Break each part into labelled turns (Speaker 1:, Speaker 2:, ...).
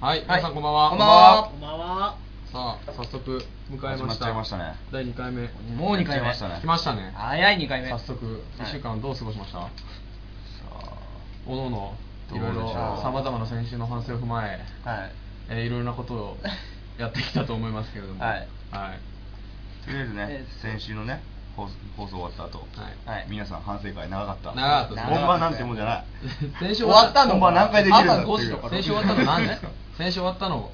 Speaker 1: はい、皆さんこんばんは。
Speaker 2: こんばんは。
Speaker 3: こんばんは。
Speaker 1: さあ、早速迎えました。
Speaker 4: 始まっちゃいましたね
Speaker 1: 第2回目。
Speaker 2: もう2回目
Speaker 4: 来ましたね
Speaker 1: 来ましたね。
Speaker 2: 早い2回目
Speaker 1: 早速、1週間どう過ごしました、おのおの、い
Speaker 4: どう
Speaker 1: ろいろ
Speaker 4: でしょう
Speaker 1: さまざまな先週の反省を踏まえ、
Speaker 2: はい
Speaker 1: えーいろいろなことをやってきたと思いますけれども、
Speaker 2: はい
Speaker 1: はい
Speaker 4: とりあえずね
Speaker 2: えー
Speaker 4: 先週のね放送放送終わった後
Speaker 2: はい
Speaker 4: 皆さん反省会長かった
Speaker 1: 長かったですね
Speaker 4: 本番なんてもんじゃない
Speaker 1: 先週
Speaker 2: 終わったの
Speaker 4: 本番何回できるんだ
Speaker 2: 朝5時とか
Speaker 1: 先週終わったの何時
Speaker 4: ですか
Speaker 1: 先週終わったの、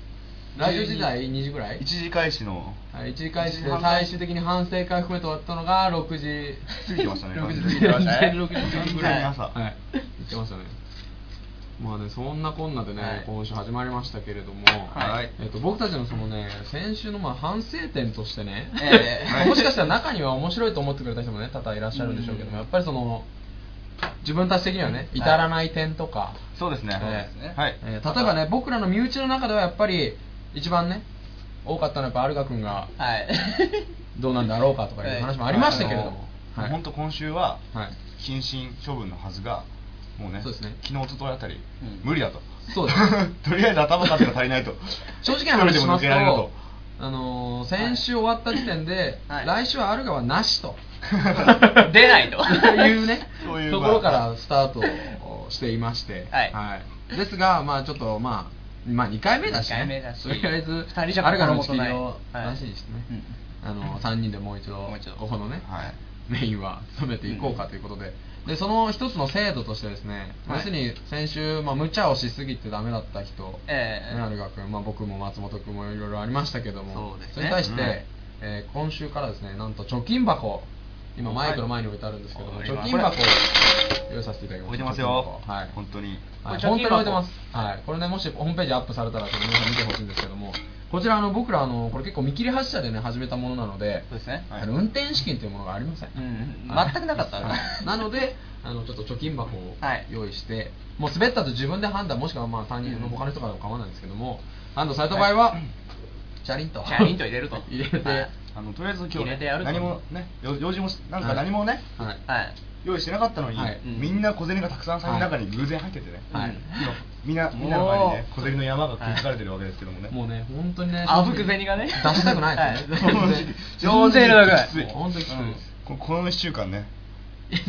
Speaker 1: ラジオ時代2時ぐらい
Speaker 4: 一時開始の
Speaker 1: はい、一時開始で最終的に反省会含めて終わったのが6時
Speaker 4: 過ぎてましたね
Speaker 1: 6時
Speaker 4: 完全に過ぎてました
Speaker 1: 6
Speaker 4: ね
Speaker 1: 時半ぐ
Speaker 4: 完全に
Speaker 1: らい
Speaker 4: 朝
Speaker 1: はい行ってましたねまあねそんなこんなでね、
Speaker 2: はい
Speaker 1: 今週始まりましたけれども、
Speaker 4: はい
Speaker 1: えっと僕たちのそのね先週のまあ反省点としてね、
Speaker 2: ええ
Speaker 1: もしかしたら中には面白いと思ってくれた人もね多々いらっしゃるんでしょうけども、やっぱりその自分たち的にはね至らない点とか、
Speaker 4: そうですね
Speaker 1: そうで
Speaker 2: ですね
Speaker 4: はい
Speaker 1: えー例えばね僕らの身内の中ではやっぱり一番ね多かったのはやっぱアルガ君が
Speaker 2: はい
Speaker 1: どうなんだろうかとかいう話もありましたけれども、はい
Speaker 4: 本当今週は
Speaker 1: はい
Speaker 4: 謹慎処分のはずがもうね
Speaker 1: そうですね
Speaker 4: 昨日一昨日あたり
Speaker 2: うん
Speaker 4: 無理だと
Speaker 1: そうです
Speaker 4: とりあえず頭数が足りないと
Speaker 1: 正直な話しま
Speaker 4: 一人でも抜
Speaker 1: す
Speaker 4: けられる
Speaker 1: と あのー先週終わった時点で、
Speaker 2: はい
Speaker 1: 来週はアルガはなし と
Speaker 2: 出ないと
Speaker 1: いうね
Speaker 4: そういう
Speaker 1: ところからスタートしていまして、
Speaker 2: はい
Speaker 1: ですがまあちょっとまあまあ2回目だし,、ね、
Speaker 2: 二回目だし
Speaker 1: とりあえず
Speaker 2: 二人じゃ
Speaker 1: アルガの打ち切り
Speaker 2: 心
Speaker 1: を
Speaker 2: もとない
Speaker 1: なしにしてね、あの3人でもう一度
Speaker 2: もう一度
Speaker 1: ここのね、
Speaker 4: はい
Speaker 1: メインは務めていこうかということで,、でその一つの制度としてですね、
Speaker 2: は
Speaker 1: 要
Speaker 2: い
Speaker 1: するに先週、まあ、無茶をしすぎてダメだった人、
Speaker 2: ええ
Speaker 1: なるが君、まあ、僕も松本君もいろいろありましたけども
Speaker 2: そうですね
Speaker 1: れに対して、
Speaker 4: うん
Speaker 1: えー今週からですねなんと貯金箱今マイクの前に置いてあるんですけども、
Speaker 4: はい
Speaker 1: 貯金箱を用意させていただきました
Speaker 4: 置いてます
Speaker 1: 貯金
Speaker 4: よ
Speaker 1: 箱はい
Speaker 4: 本当に
Speaker 1: はい、
Speaker 2: これ
Speaker 1: 本当に置い
Speaker 2: 貯金
Speaker 1: て
Speaker 2: 箱
Speaker 1: ます、はい、これねもしホームページアップされたらちょっと皆さん見てほしいんですけどもこちらあの僕らあのこれ結構見切り発車でね始めたものなので
Speaker 2: そうですね
Speaker 4: はい
Speaker 1: あの運転資金というものがありません、
Speaker 2: うん
Speaker 1: はい
Speaker 2: 全くなかったね
Speaker 1: はいなのであのちょっと貯金箱を
Speaker 2: はい
Speaker 1: 用意して、もう滑ったと自分で判断もしくはまあ他人の他の人からでも構わないんですけども判断された場合は、チャリンと
Speaker 2: チャリンと入れると
Speaker 1: 入れて、
Speaker 2: はい
Speaker 4: あのとりあえず今
Speaker 2: 入
Speaker 4: 日
Speaker 2: れて
Speaker 4: ね
Speaker 2: やると
Speaker 4: 何もねよ用事もしなんか何もね
Speaker 1: はい
Speaker 2: はい
Speaker 4: 用意してなかったのに
Speaker 1: はい
Speaker 4: みんな小銭がたくさん財布の中に偶然入っててね
Speaker 1: はい
Speaker 4: 今みんなみんなの前にね小銭の山が築かれてるわけですけどもね
Speaker 1: もうね本当にね
Speaker 2: あぶく銭がね
Speaker 1: 出したくないですね、
Speaker 4: は
Speaker 1: 全
Speaker 4: い
Speaker 1: 然
Speaker 2: 上手の
Speaker 4: き
Speaker 2: 高
Speaker 4: つい
Speaker 2: い
Speaker 1: 本当にきついです、
Speaker 4: ここの1週間ね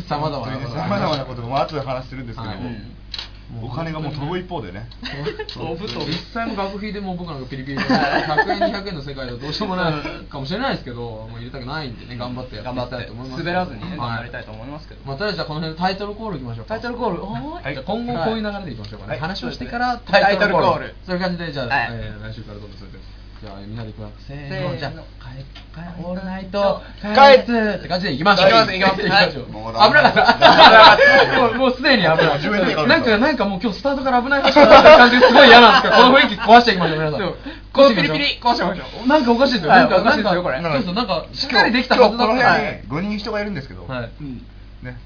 Speaker 1: さまざまなことがありま
Speaker 4: さま
Speaker 1: した
Speaker 4: ざまなことがまあ後で話するんですけど
Speaker 1: はい
Speaker 4: もお金がもう飛ぶ一方でね
Speaker 2: 飛ぶ飛ぶ
Speaker 1: 実際の学費でもう僕なんかピリピリで100円200円の世界ではどうしようもないかもしれないですけどもう入れたくないんでね頑張ってや
Speaker 2: 頑
Speaker 1: って
Speaker 2: 張
Speaker 1: い
Speaker 2: っ
Speaker 1: きたいと思いま
Speaker 2: て
Speaker 1: す
Speaker 2: 滑らずにね頑張りたいと
Speaker 1: はい
Speaker 2: 思いますけど
Speaker 1: まあ、とりあえずじゃあこの辺でタイトルコールいきましょうか
Speaker 2: タイトルコールおーい
Speaker 1: じゃあ今後こういう流れでいきましょうかね、
Speaker 4: はい
Speaker 1: 話をしてから
Speaker 2: タイトルコール
Speaker 1: そういう感じでじゃあ、
Speaker 2: はい
Speaker 1: えー来週からどうぞそれでじゃあみんなでいきますせ
Speaker 2: せ
Speaker 1: ー
Speaker 2: ー
Speaker 1: の
Speaker 2: の
Speaker 1: じゃあ帰オールナイト帰
Speaker 2: 帰
Speaker 1: っって感じでいきましょう
Speaker 2: はい行きます行きます
Speaker 1: 行きましょう
Speaker 4: はい
Speaker 1: 危なかったもうもうすでに危ない
Speaker 4: 自分で行かないと
Speaker 1: なんかなんかもう今日スタートから危ない話になってる感じですごい嫌なんですけどこの雰囲気壊していきましょう皆さん
Speaker 2: そうこのピリピリ壊しましょう
Speaker 1: なんかおかしいですよ
Speaker 2: はい
Speaker 1: なんか
Speaker 2: おかしいですよこれ
Speaker 1: なんかちょっとなんかしっかりできたはずだったの
Speaker 4: 今日
Speaker 1: に
Speaker 4: この辺に5人人がいるんですけど
Speaker 1: はい
Speaker 2: うん
Speaker 4: ね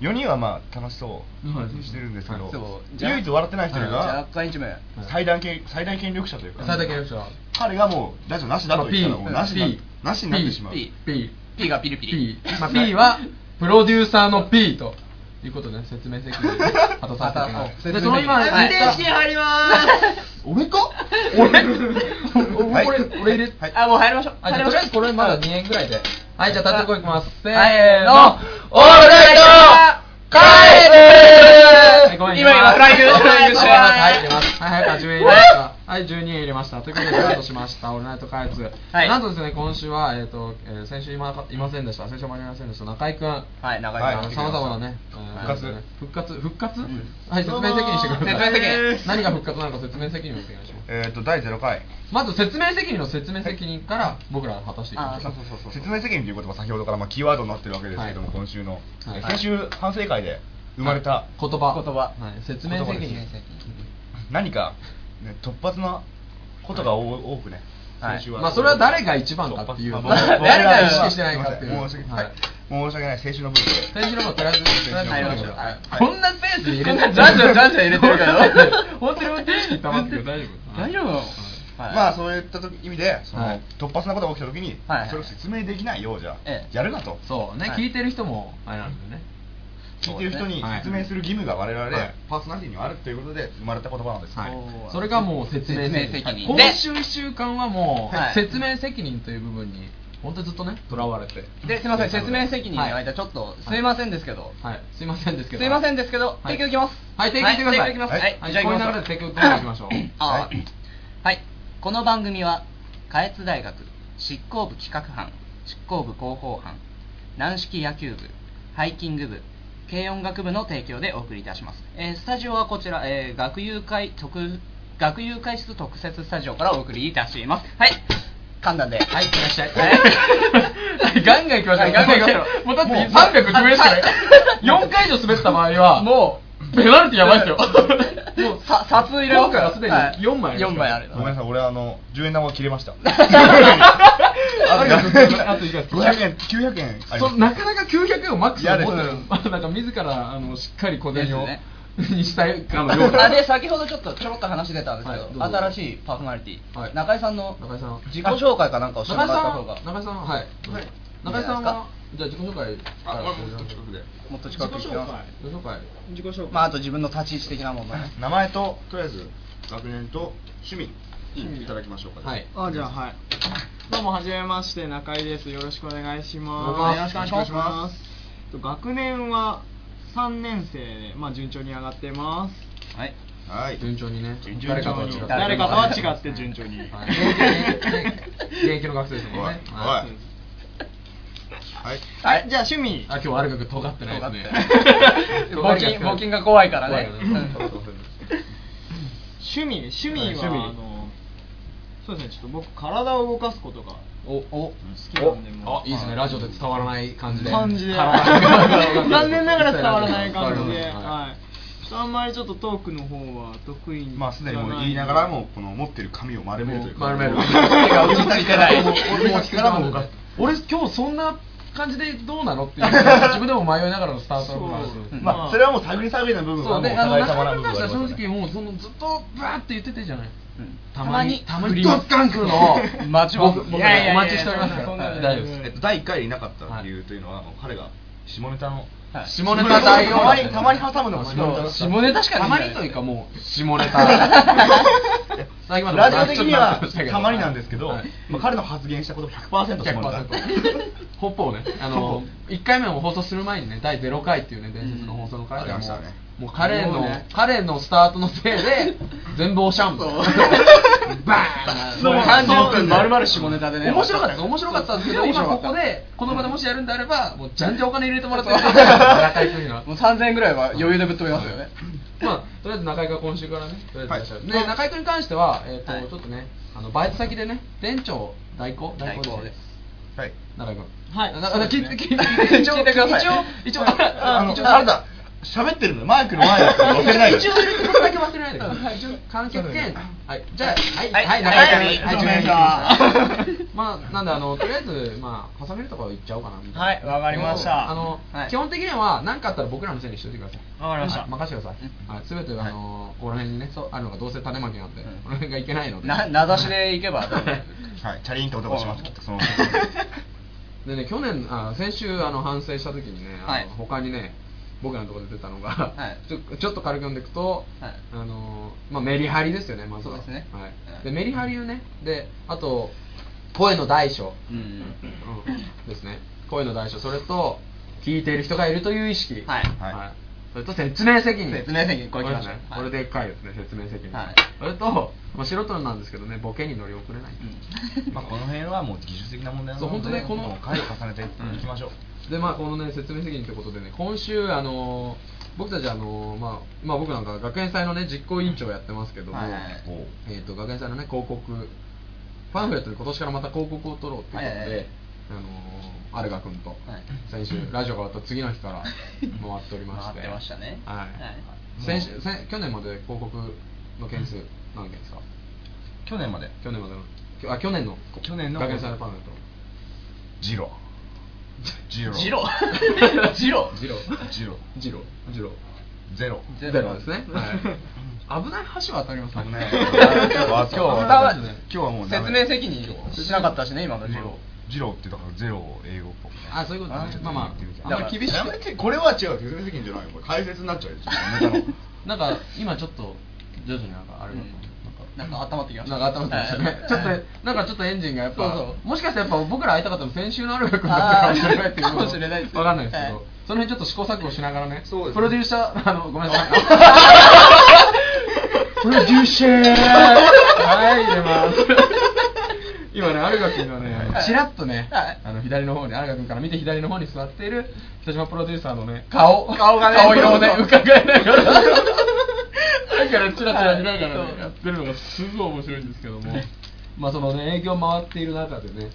Speaker 4: 4人はまあ楽しそうにしてるんですけ
Speaker 1: は
Speaker 4: ど
Speaker 1: い
Speaker 2: そうじゃあ
Speaker 4: 唯一笑ってない人
Speaker 2: 若
Speaker 4: が
Speaker 2: 干一名
Speaker 4: 最大権最大権力者というか
Speaker 1: 最大権力者
Speaker 4: 彼がもう大丈夫なしだと言ったらもうなしに
Speaker 1: P
Speaker 4: ななしになってしまう
Speaker 2: P
Speaker 1: P
Speaker 2: P がピリピ
Speaker 1: P
Speaker 2: リ、
Speaker 1: まあ、P はプロデューサーの P ということで、ね、説明責任を果たさせていただきます
Speaker 2: あ
Speaker 1: でその今
Speaker 2: はい
Speaker 1: 言った
Speaker 2: 正式入ります
Speaker 1: 俺か俺俺、
Speaker 4: はい
Speaker 1: 俺俺入れ、
Speaker 4: はい
Speaker 2: あもう入りましょう
Speaker 1: あじゃあとりあえずこれまだ2円ぐらいではいじゃあ立てこいきますせーの、
Speaker 2: はい
Speaker 1: オールナイト帰
Speaker 2: 帰
Speaker 1: る
Speaker 2: る今今フライングフライングして
Speaker 1: はい入れますはいはい10円入れましたはい12円入れましたということでスタートしましたオールナイト開発、
Speaker 2: はい
Speaker 1: なんとですね今週は、えーとえー先週いまいませんでした先週もありませんでした中居君
Speaker 2: はい長
Speaker 4: はい
Speaker 2: い
Speaker 1: さまざまなね、えー
Speaker 4: 復活
Speaker 1: 復活、復活、
Speaker 2: ん
Speaker 1: はい、説明責任してください。
Speaker 2: 説明責任
Speaker 1: 何が復活なのか説明責任をお願いします。
Speaker 4: えっと第0回
Speaker 1: まず説明責任の説明責任から僕らが果たしていきましょ
Speaker 2: あそうそうそうそう
Speaker 4: 説明責任ということが先ほどからまあキーワードになってるわけですけども
Speaker 1: はい
Speaker 4: 今週の
Speaker 1: はい
Speaker 4: 先週反省会で生まれた
Speaker 1: う。言葉。
Speaker 2: 言葉
Speaker 1: はい、説明責任
Speaker 4: 言葉です。何かね突発なことがお多くね
Speaker 2: はい
Speaker 4: 先週
Speaker 1: まあそれは誰が一番かっていう
Speaker 4: 突
Speaker 1: 僕
Speaker 4: 発
Speaker 1: ら
Speaker 4: な
Speaker 2: 誰が意識
Speaker 1: してないかっていう
Speaker 4: すません申し訳ない
Speaker 1: はい
Speaker 4: 申し訳ない先週の部分で
Speaker 1: 先週のもとりあえず説明責任をお願いし
Speaker 2: は
Speaker 1: ます。
Speaker 2: い
Speaker 1: こんなペースで入れてる。
Speaker 2: じゃんじゃんじゃんじゃん入れてるから
Speaker 1: 本当に運転手に溜まってるけど大丈夫。
Speaker 2: 大丈夫なの
Speaker 4: まあそういった時意味でその、
Speaker 1: はい
Speaker 4: 突発なことが起きた時に、
Speaker 2: はい
Speaker 4: それを説明できないようじゃ、
Speaker 2: ええ
Speaker 4: やるなと
Speaker 1: そうね、
Speaker 2: はい
Speaker 1: 聞いてる人もあれなんだよね。
Speaker 4: 聞いてる人に
Speaker 1: そうですね
Speaker 4: 説明する義務が我々、
Speaker 1: はい
Speaker 4: パーソナリティにはあるということで生まれた言葉なんです、
Speaker 1: は
Speaker 4: お
Speaker 1: い、
Speaker 4: ー
Speaker 1: それがもう説明責任
Speaker 2: 説明責任
Speaker 1: 今週1週間はもう、
Speaker 2: はい
Speaker 1: 説明責任という部分に本当にずっとねとらわれて
Speaker 2: で、すみません、説明責任の間、ちょっと、すみませんですけど、
Speaker 1: はいすいませんですけど
Speaker 2: すいませんですけど、
Speaker 1: はい
Speaker 2: 提供いきます。
Speaker 1: はい提供いってください
Speaker 2: 提供いきます。
Speaker 4: はい
Speaker 1: はい、
Speaker 4: じゃあ
Speaker 1: こういう流れで提供どんどんいきましょう
Speaker 2: あ
Speaker 4: は
Speaker 2: ー
Speaker 4: い
Speaker 2: はい、この番組は下越大学執行部企画班執行部広報班軟式野球部ハイキング部軽音楽部の提供でお送りいたします、えースタジオはこちら、えー学友会特学友会室特設スタジオからお送りいたしますはい簡単ではいいらっしゃい はいガンガン行きましょう、
Speaker 1: はいガンガン行きましょうもうだって309名しかない4回以上滑った場合は
Speaker 2: も
Speaker 1: うペナルティやばいですよ
Speaker 2: もうさ札入れますから
Speaker 1: 今回はすでに4枚ありますから
Speaker 2: 4枚ある
Speaker 4: ごめんなさい俺あの10円玉を切れました
Speaker 1: ありがとうございますあといくらですか
Speaker 4: 500円900円あり
Speaker 1: そ
Speaker 4: ま
Speaker 1: う
Speaker 4: す
Speaker 1: なかなか900円をマックスで持って
Speaker 4: い
Speaker 1: る
Speaker 4: やで
Speaker 1: なんか自らあのしっかり小
Speaker 2: です
Speaker 1: 銭を、
Speaker 2: ね
Speaker 1: にしたいかのような
Speaker 2: あで先ほどちょっとちょろっと話出たんですけど,、
Speaker 1: はいどうぞ
Speaker 2: 新しいパーソナリティ、
Speaker 1: はい
Speaker 2: 中井さんの
Speaker 1: 中井さん
Speaker 2: 自己紹介かなんかをしてもらった方が
Speaker 1: 中井さん中井さんはい、
Speaker 2: はい
Speaker 1: 中井さんはじゃあ自己紹介から
Speaker 3: あもっと近くで
Speaker 2: もっと近くに行きま
Speaker 1: 自己紹介
Speaker 3: 自己紹
Speaker 2: す、まあ、あと自分の立ち位置的なものね
Speaker 4: 名前と
Speaker 3: とりあえず学年と趣味いただきましょうか
Speaker 1: はい
Speaker 3: あじゃあはいどうもはじめまして中井ですよろしくお願いし
Speaker 1: よろ
Speaker 3: ま
Speaker 1: し
Speaker 3: す
Speaker 1: くお願いします
Speaker 3: えっと学年は3年生で、まあ、順調に上がってます
Speaker 2: はい
Speaker 4: はい
Speaker 1: 順調にね
Speaker 4: 順調
Speaker 1: 誰
Speaker 4: に
Speaker 1: かとは違って
Speaker 3: 誰かとは違って順調に、
Speaker 1: はい現役ね現役の学生ですもんね
Speaker 4: おい
Speaker 1: は
Speaker 4: おい
Speaker 3: はい、はい、じゃあ趣味
Speaker 1: あ今日は悪く尖ってないですね
Speaker 2: 尖ってない募金募金が怖いからね
Speaker 1: 怖いよ
Speaker 2: うん
Speaker 3: 趣味趣味は、
Speaker 1: はい趣味
Speaker 3: あのそうですねちょっと僕体を動かすことが
Speaker 1: おお
Speaker 3: 好きなんでも
Speaker 1: あいいですねラジオで伝わらない感じで
Speaker 3: 感じで
Speaker 1: 体が
Speaker 3: 残念ながら伝わらない感じで、
Speaker 1: 伝わらない
Speaker 3: はいちょっとあんまりちょっとトークの方は得意に
Speaker 4: まあすでにもう言いながらもこの持ってる紙を丸めるというか
Speaker 1: 丸める
Speaker 4: 手が落ち着いてない
Speaker 1: もう
Speaker 4: 俺の力も動か す
Speaker 1: 俺今日そんな感じでどうなのっていう 自分でも迷いながらのスタートの話
Speaker 3: そう
Speaker 4: まあそれはもう探り探りの部分
Speaker 1: そ
Speaker 4: は
Speaker 1: う
Speaker 4: もう
Speaker 1: であの
Speaker 4: 互い
Speaker 1: 中
Speaker 4: 様な
Speaker 1: 村
Speaker 4: 部
Speaker 1: に
Speaker 4: 分
Speaker 1: 関しては正
Speaker 4: はありますね
Speaker 1: 直もうそのずっとブワーって言っててじゃない
Speaker 2: うん
Speaker 1: たまに
Speaker 2: た
Speaker 1: たま
Speaker 2: まに
Speaker 1: にドッカン来るのを
Speaker 2: 待ちます
Speaker 1: 僕僕
Speaker 3: いやいやいや
Speaker 1: お待ちしておりますか
Speaker 3: そ
Speaker 1: ら
Speaker 3: んな
Speaker 1: はい大丈夫
Speaker 3: そん
Speaker 4: え
Speaker 1: で
Speaker 4: っと第1回でいなかった理由というのは、あの彼が下ネタの
Speaker 2: はい
Speaker 1: す下ネタ大王
Speaker 4: たまにたまに挟むのも
Speaker 1: そう
Speaker 2: 下ネタしかね
Speaker 1: たまにというかもう下ネタ最近まで
Speaker 4: ラジオ的には
Speaker 1: ちょっと話しましたけど
Speaker 4: たまになんですけど、
Speaker 1: はい
Speaker 4: まあ、彼の発言したこと100%下ネタ
Speaker 1: 100%ホップをね、あの1回目も放送する前にね、第0回っていうね、伝説の放送の回ではもう、
Speaker 4: うんありましたね
Speaker 1: もう彼の、
Speaker 3: もうね
Speaker 1: 彼のスタートのせいで、全部おシャ ンプー、バーン
Speaker 4: そう
Speaker 2: 30分丸々下ネタでね
Speaker 1: 面白かったです、面白かったんですけど、
Speaker 2: 面白
Speaker 1: 今こ
Speaker 2: かった
Speaker 1: こで、この場でもしやるんであれば、もうじゃんじゃんお金入れてもらって、中井君 には。
Speaker 2: もう3000円ぐらいは余裕でぶっ飛びますよね
Speaker 1: まあ、とりあえず中井が今週からね、とりあえずいらっしゃる
Speaker 4: は
Speaker 1: で
Speaker 4: い
Speaker 1: 中井君に関しては、えーと
Speaker 2: はい
Speaker 1: ちょっとね、あのバイト先でね、店長代行代行
Speaker 2: 代行
Speaker 1: で
Speaker 2: ですす。
Speaker 4: はい
Speaker 1: 中井君
Speaker 3: はい
Speaker 1: なな聞いて聞いて
Speaker 2: 聞 い
Speaker 1: 一応
Speaker 2: てください
Speaker 1: 一応一応
Speaker 4: あの
Speaker 1: 一応
Speaker 4: あれだ喋ってるのマイクの前だったら忘れな いで
Speaker 1: 一応入れてことだけ忘れないでください一応観客兼はいじゃあはい
Speaker 2: はい
Speaker 1: はい
Speaker 2: はい
Speaker 1: 中井君に
Speaker 2: はい
Speaker 1: はい中井君にまあなんであのとりあえずまあ挟めるところ行っちゃおうかなみたいな
Speaker 2: はいわかりました
Speaker 1: あの
Speaker 2: はい
Speaker 1: 基本的には何かあったら僕らのせいにしといてください
Speaker 2: わかりました
Speaker 1: はい任せてくださいはい全てあのここら辺にねあるのがどうせ種まきなんで
Speaker 2: うん
Speaker 1: この辺がいけないので
Speaker 2: な名指しでいけば
Speaker 4: はい、チャリンって音がしますきっとその
Speaker 1: でね去年あ先週あの反省した時にね、
Speaker 2: はい
Speaker 1: あの他にね僕らのところで出たのが、
Speaker 2: はい
Speaker 1: ちょちょっと軽く読んでいくと、
Speaker 2: はい
Speaker 1: あのまあ、メリハリですよねまずは
Speaker 2: そうですね
Speaker 1: は、
Speaker 2: はいい
Speaker 1: でメリハリをねであと声の大小、
Speaker 2: うん
Speaker 1: うんですね声の大小それと聞いている人がいるという意識
Speaker 2: はい
Speaker 1: はいそれと説明責任
Speaker 2: 説明責任これ来ました
Speaker 1: これ,、ね
Speaker 2: はい
Speaker 1: これでっかいですね説明責任、
Speaker 2: はい
Speaker 1: それと、まあ、素人なんですけどねボケに乗り遅れない、
Speaker 4: まあこの辺はもう技術的な問題なので
Speaker 1: そう本当ねこの
Speaker 4: もう回を重ねていきましょ う、
Speaker 1: でまあこのね説明責任ということでね今週あのー僕たちあのーまあまあ僕なんか学園祭のね実行委員長やってますけども、
Speaker 2: はいはいはい
Speaker 4: おう
Speaker 1: えっ、と学園祭のね広告パンフレットで今年からまた広告を取ろうっていうことで、
Speaker 2: はいはいはい
Speaker 1: あのーアルガ君と、先週ラジオが終わった次の日から回っておりまして
Speaker 2: 回ってましたね
Speaker 1: はい、
Speaker 2: はい
Speaker 1: 先週先去年まで広告の件数何件ですか
Speaker 4: 去年まで
Speaker 1: 去年までのきょあ去年の
Speaker 4: 去年の
Speaker 1: 学園祭のパンフレット
Speaker 4: ジロジロ
Speaker 2: ジロ ジロ
Speaker 1: ジロ
Speaker 4: ジロ
Speaker 1: ジロジロ
Speaker 4: ゼロ
Speaker 1: ゼロですね。はい、 危ない橋渡ります
Speaker 4: 危ない
Speaker 1: 今日
Speaker 4: 今日
Speaker 1: は
Speaker 4: は今日はもうダメ
Speaker 2: 説明責任しなかったしね今のジロ
Speaker 4: ジローってだからゼロを英語っぽくね
Speaker 1: あそういうことね
Speaker 4: ちょっ
Speaker 1: まあまあ
Speaker 4: 言ってみて
Speaker 1: あんまり厳しく
Speaker 5: やめてこれは違う手責任じゃないよこれ解説になっちゃうよネタの
Speaker 1: なんか今ちょっと徐々になんかあれだと思う
Speaker 2: なんか温まってきました
Speaker 1: なんか頭まってましたね。ちょっと、なんかちょっとエンジンがやっぱ、
Speaker 2: そうそう
Speaker 1: もしかしたらやっぱ僕ら会いたかったの先週のある学だったかもしれないっていうの
Speaker 2: あーかもしれないです
Speaker 1: わかんないですけど、
Speaker 2: はい
Speaker 1: その辺ちょっと試行錯誤しながらね、
Speaker 5: そうですね
Speaker 1: プロデューサー、あの、ごめんなさい。プロデューシャーはい、入れます。今ね、アルガ君がね、あのちらっとね、
Speaker 2: はい
Speaker 1: あの左の方に、アルガ君から見て左の方に座っている北島プロデューサーのね、顔、顔
Speaker 2: がね
Speaker 1: 色をね、伺いながら。だからチラチラ見ながら
Speaker 2: は
Speaker 1: ね
Speaker 2: い
Speaker 1: やってるのがすごい面白いんですけども、まあそのね営業回っている中でね、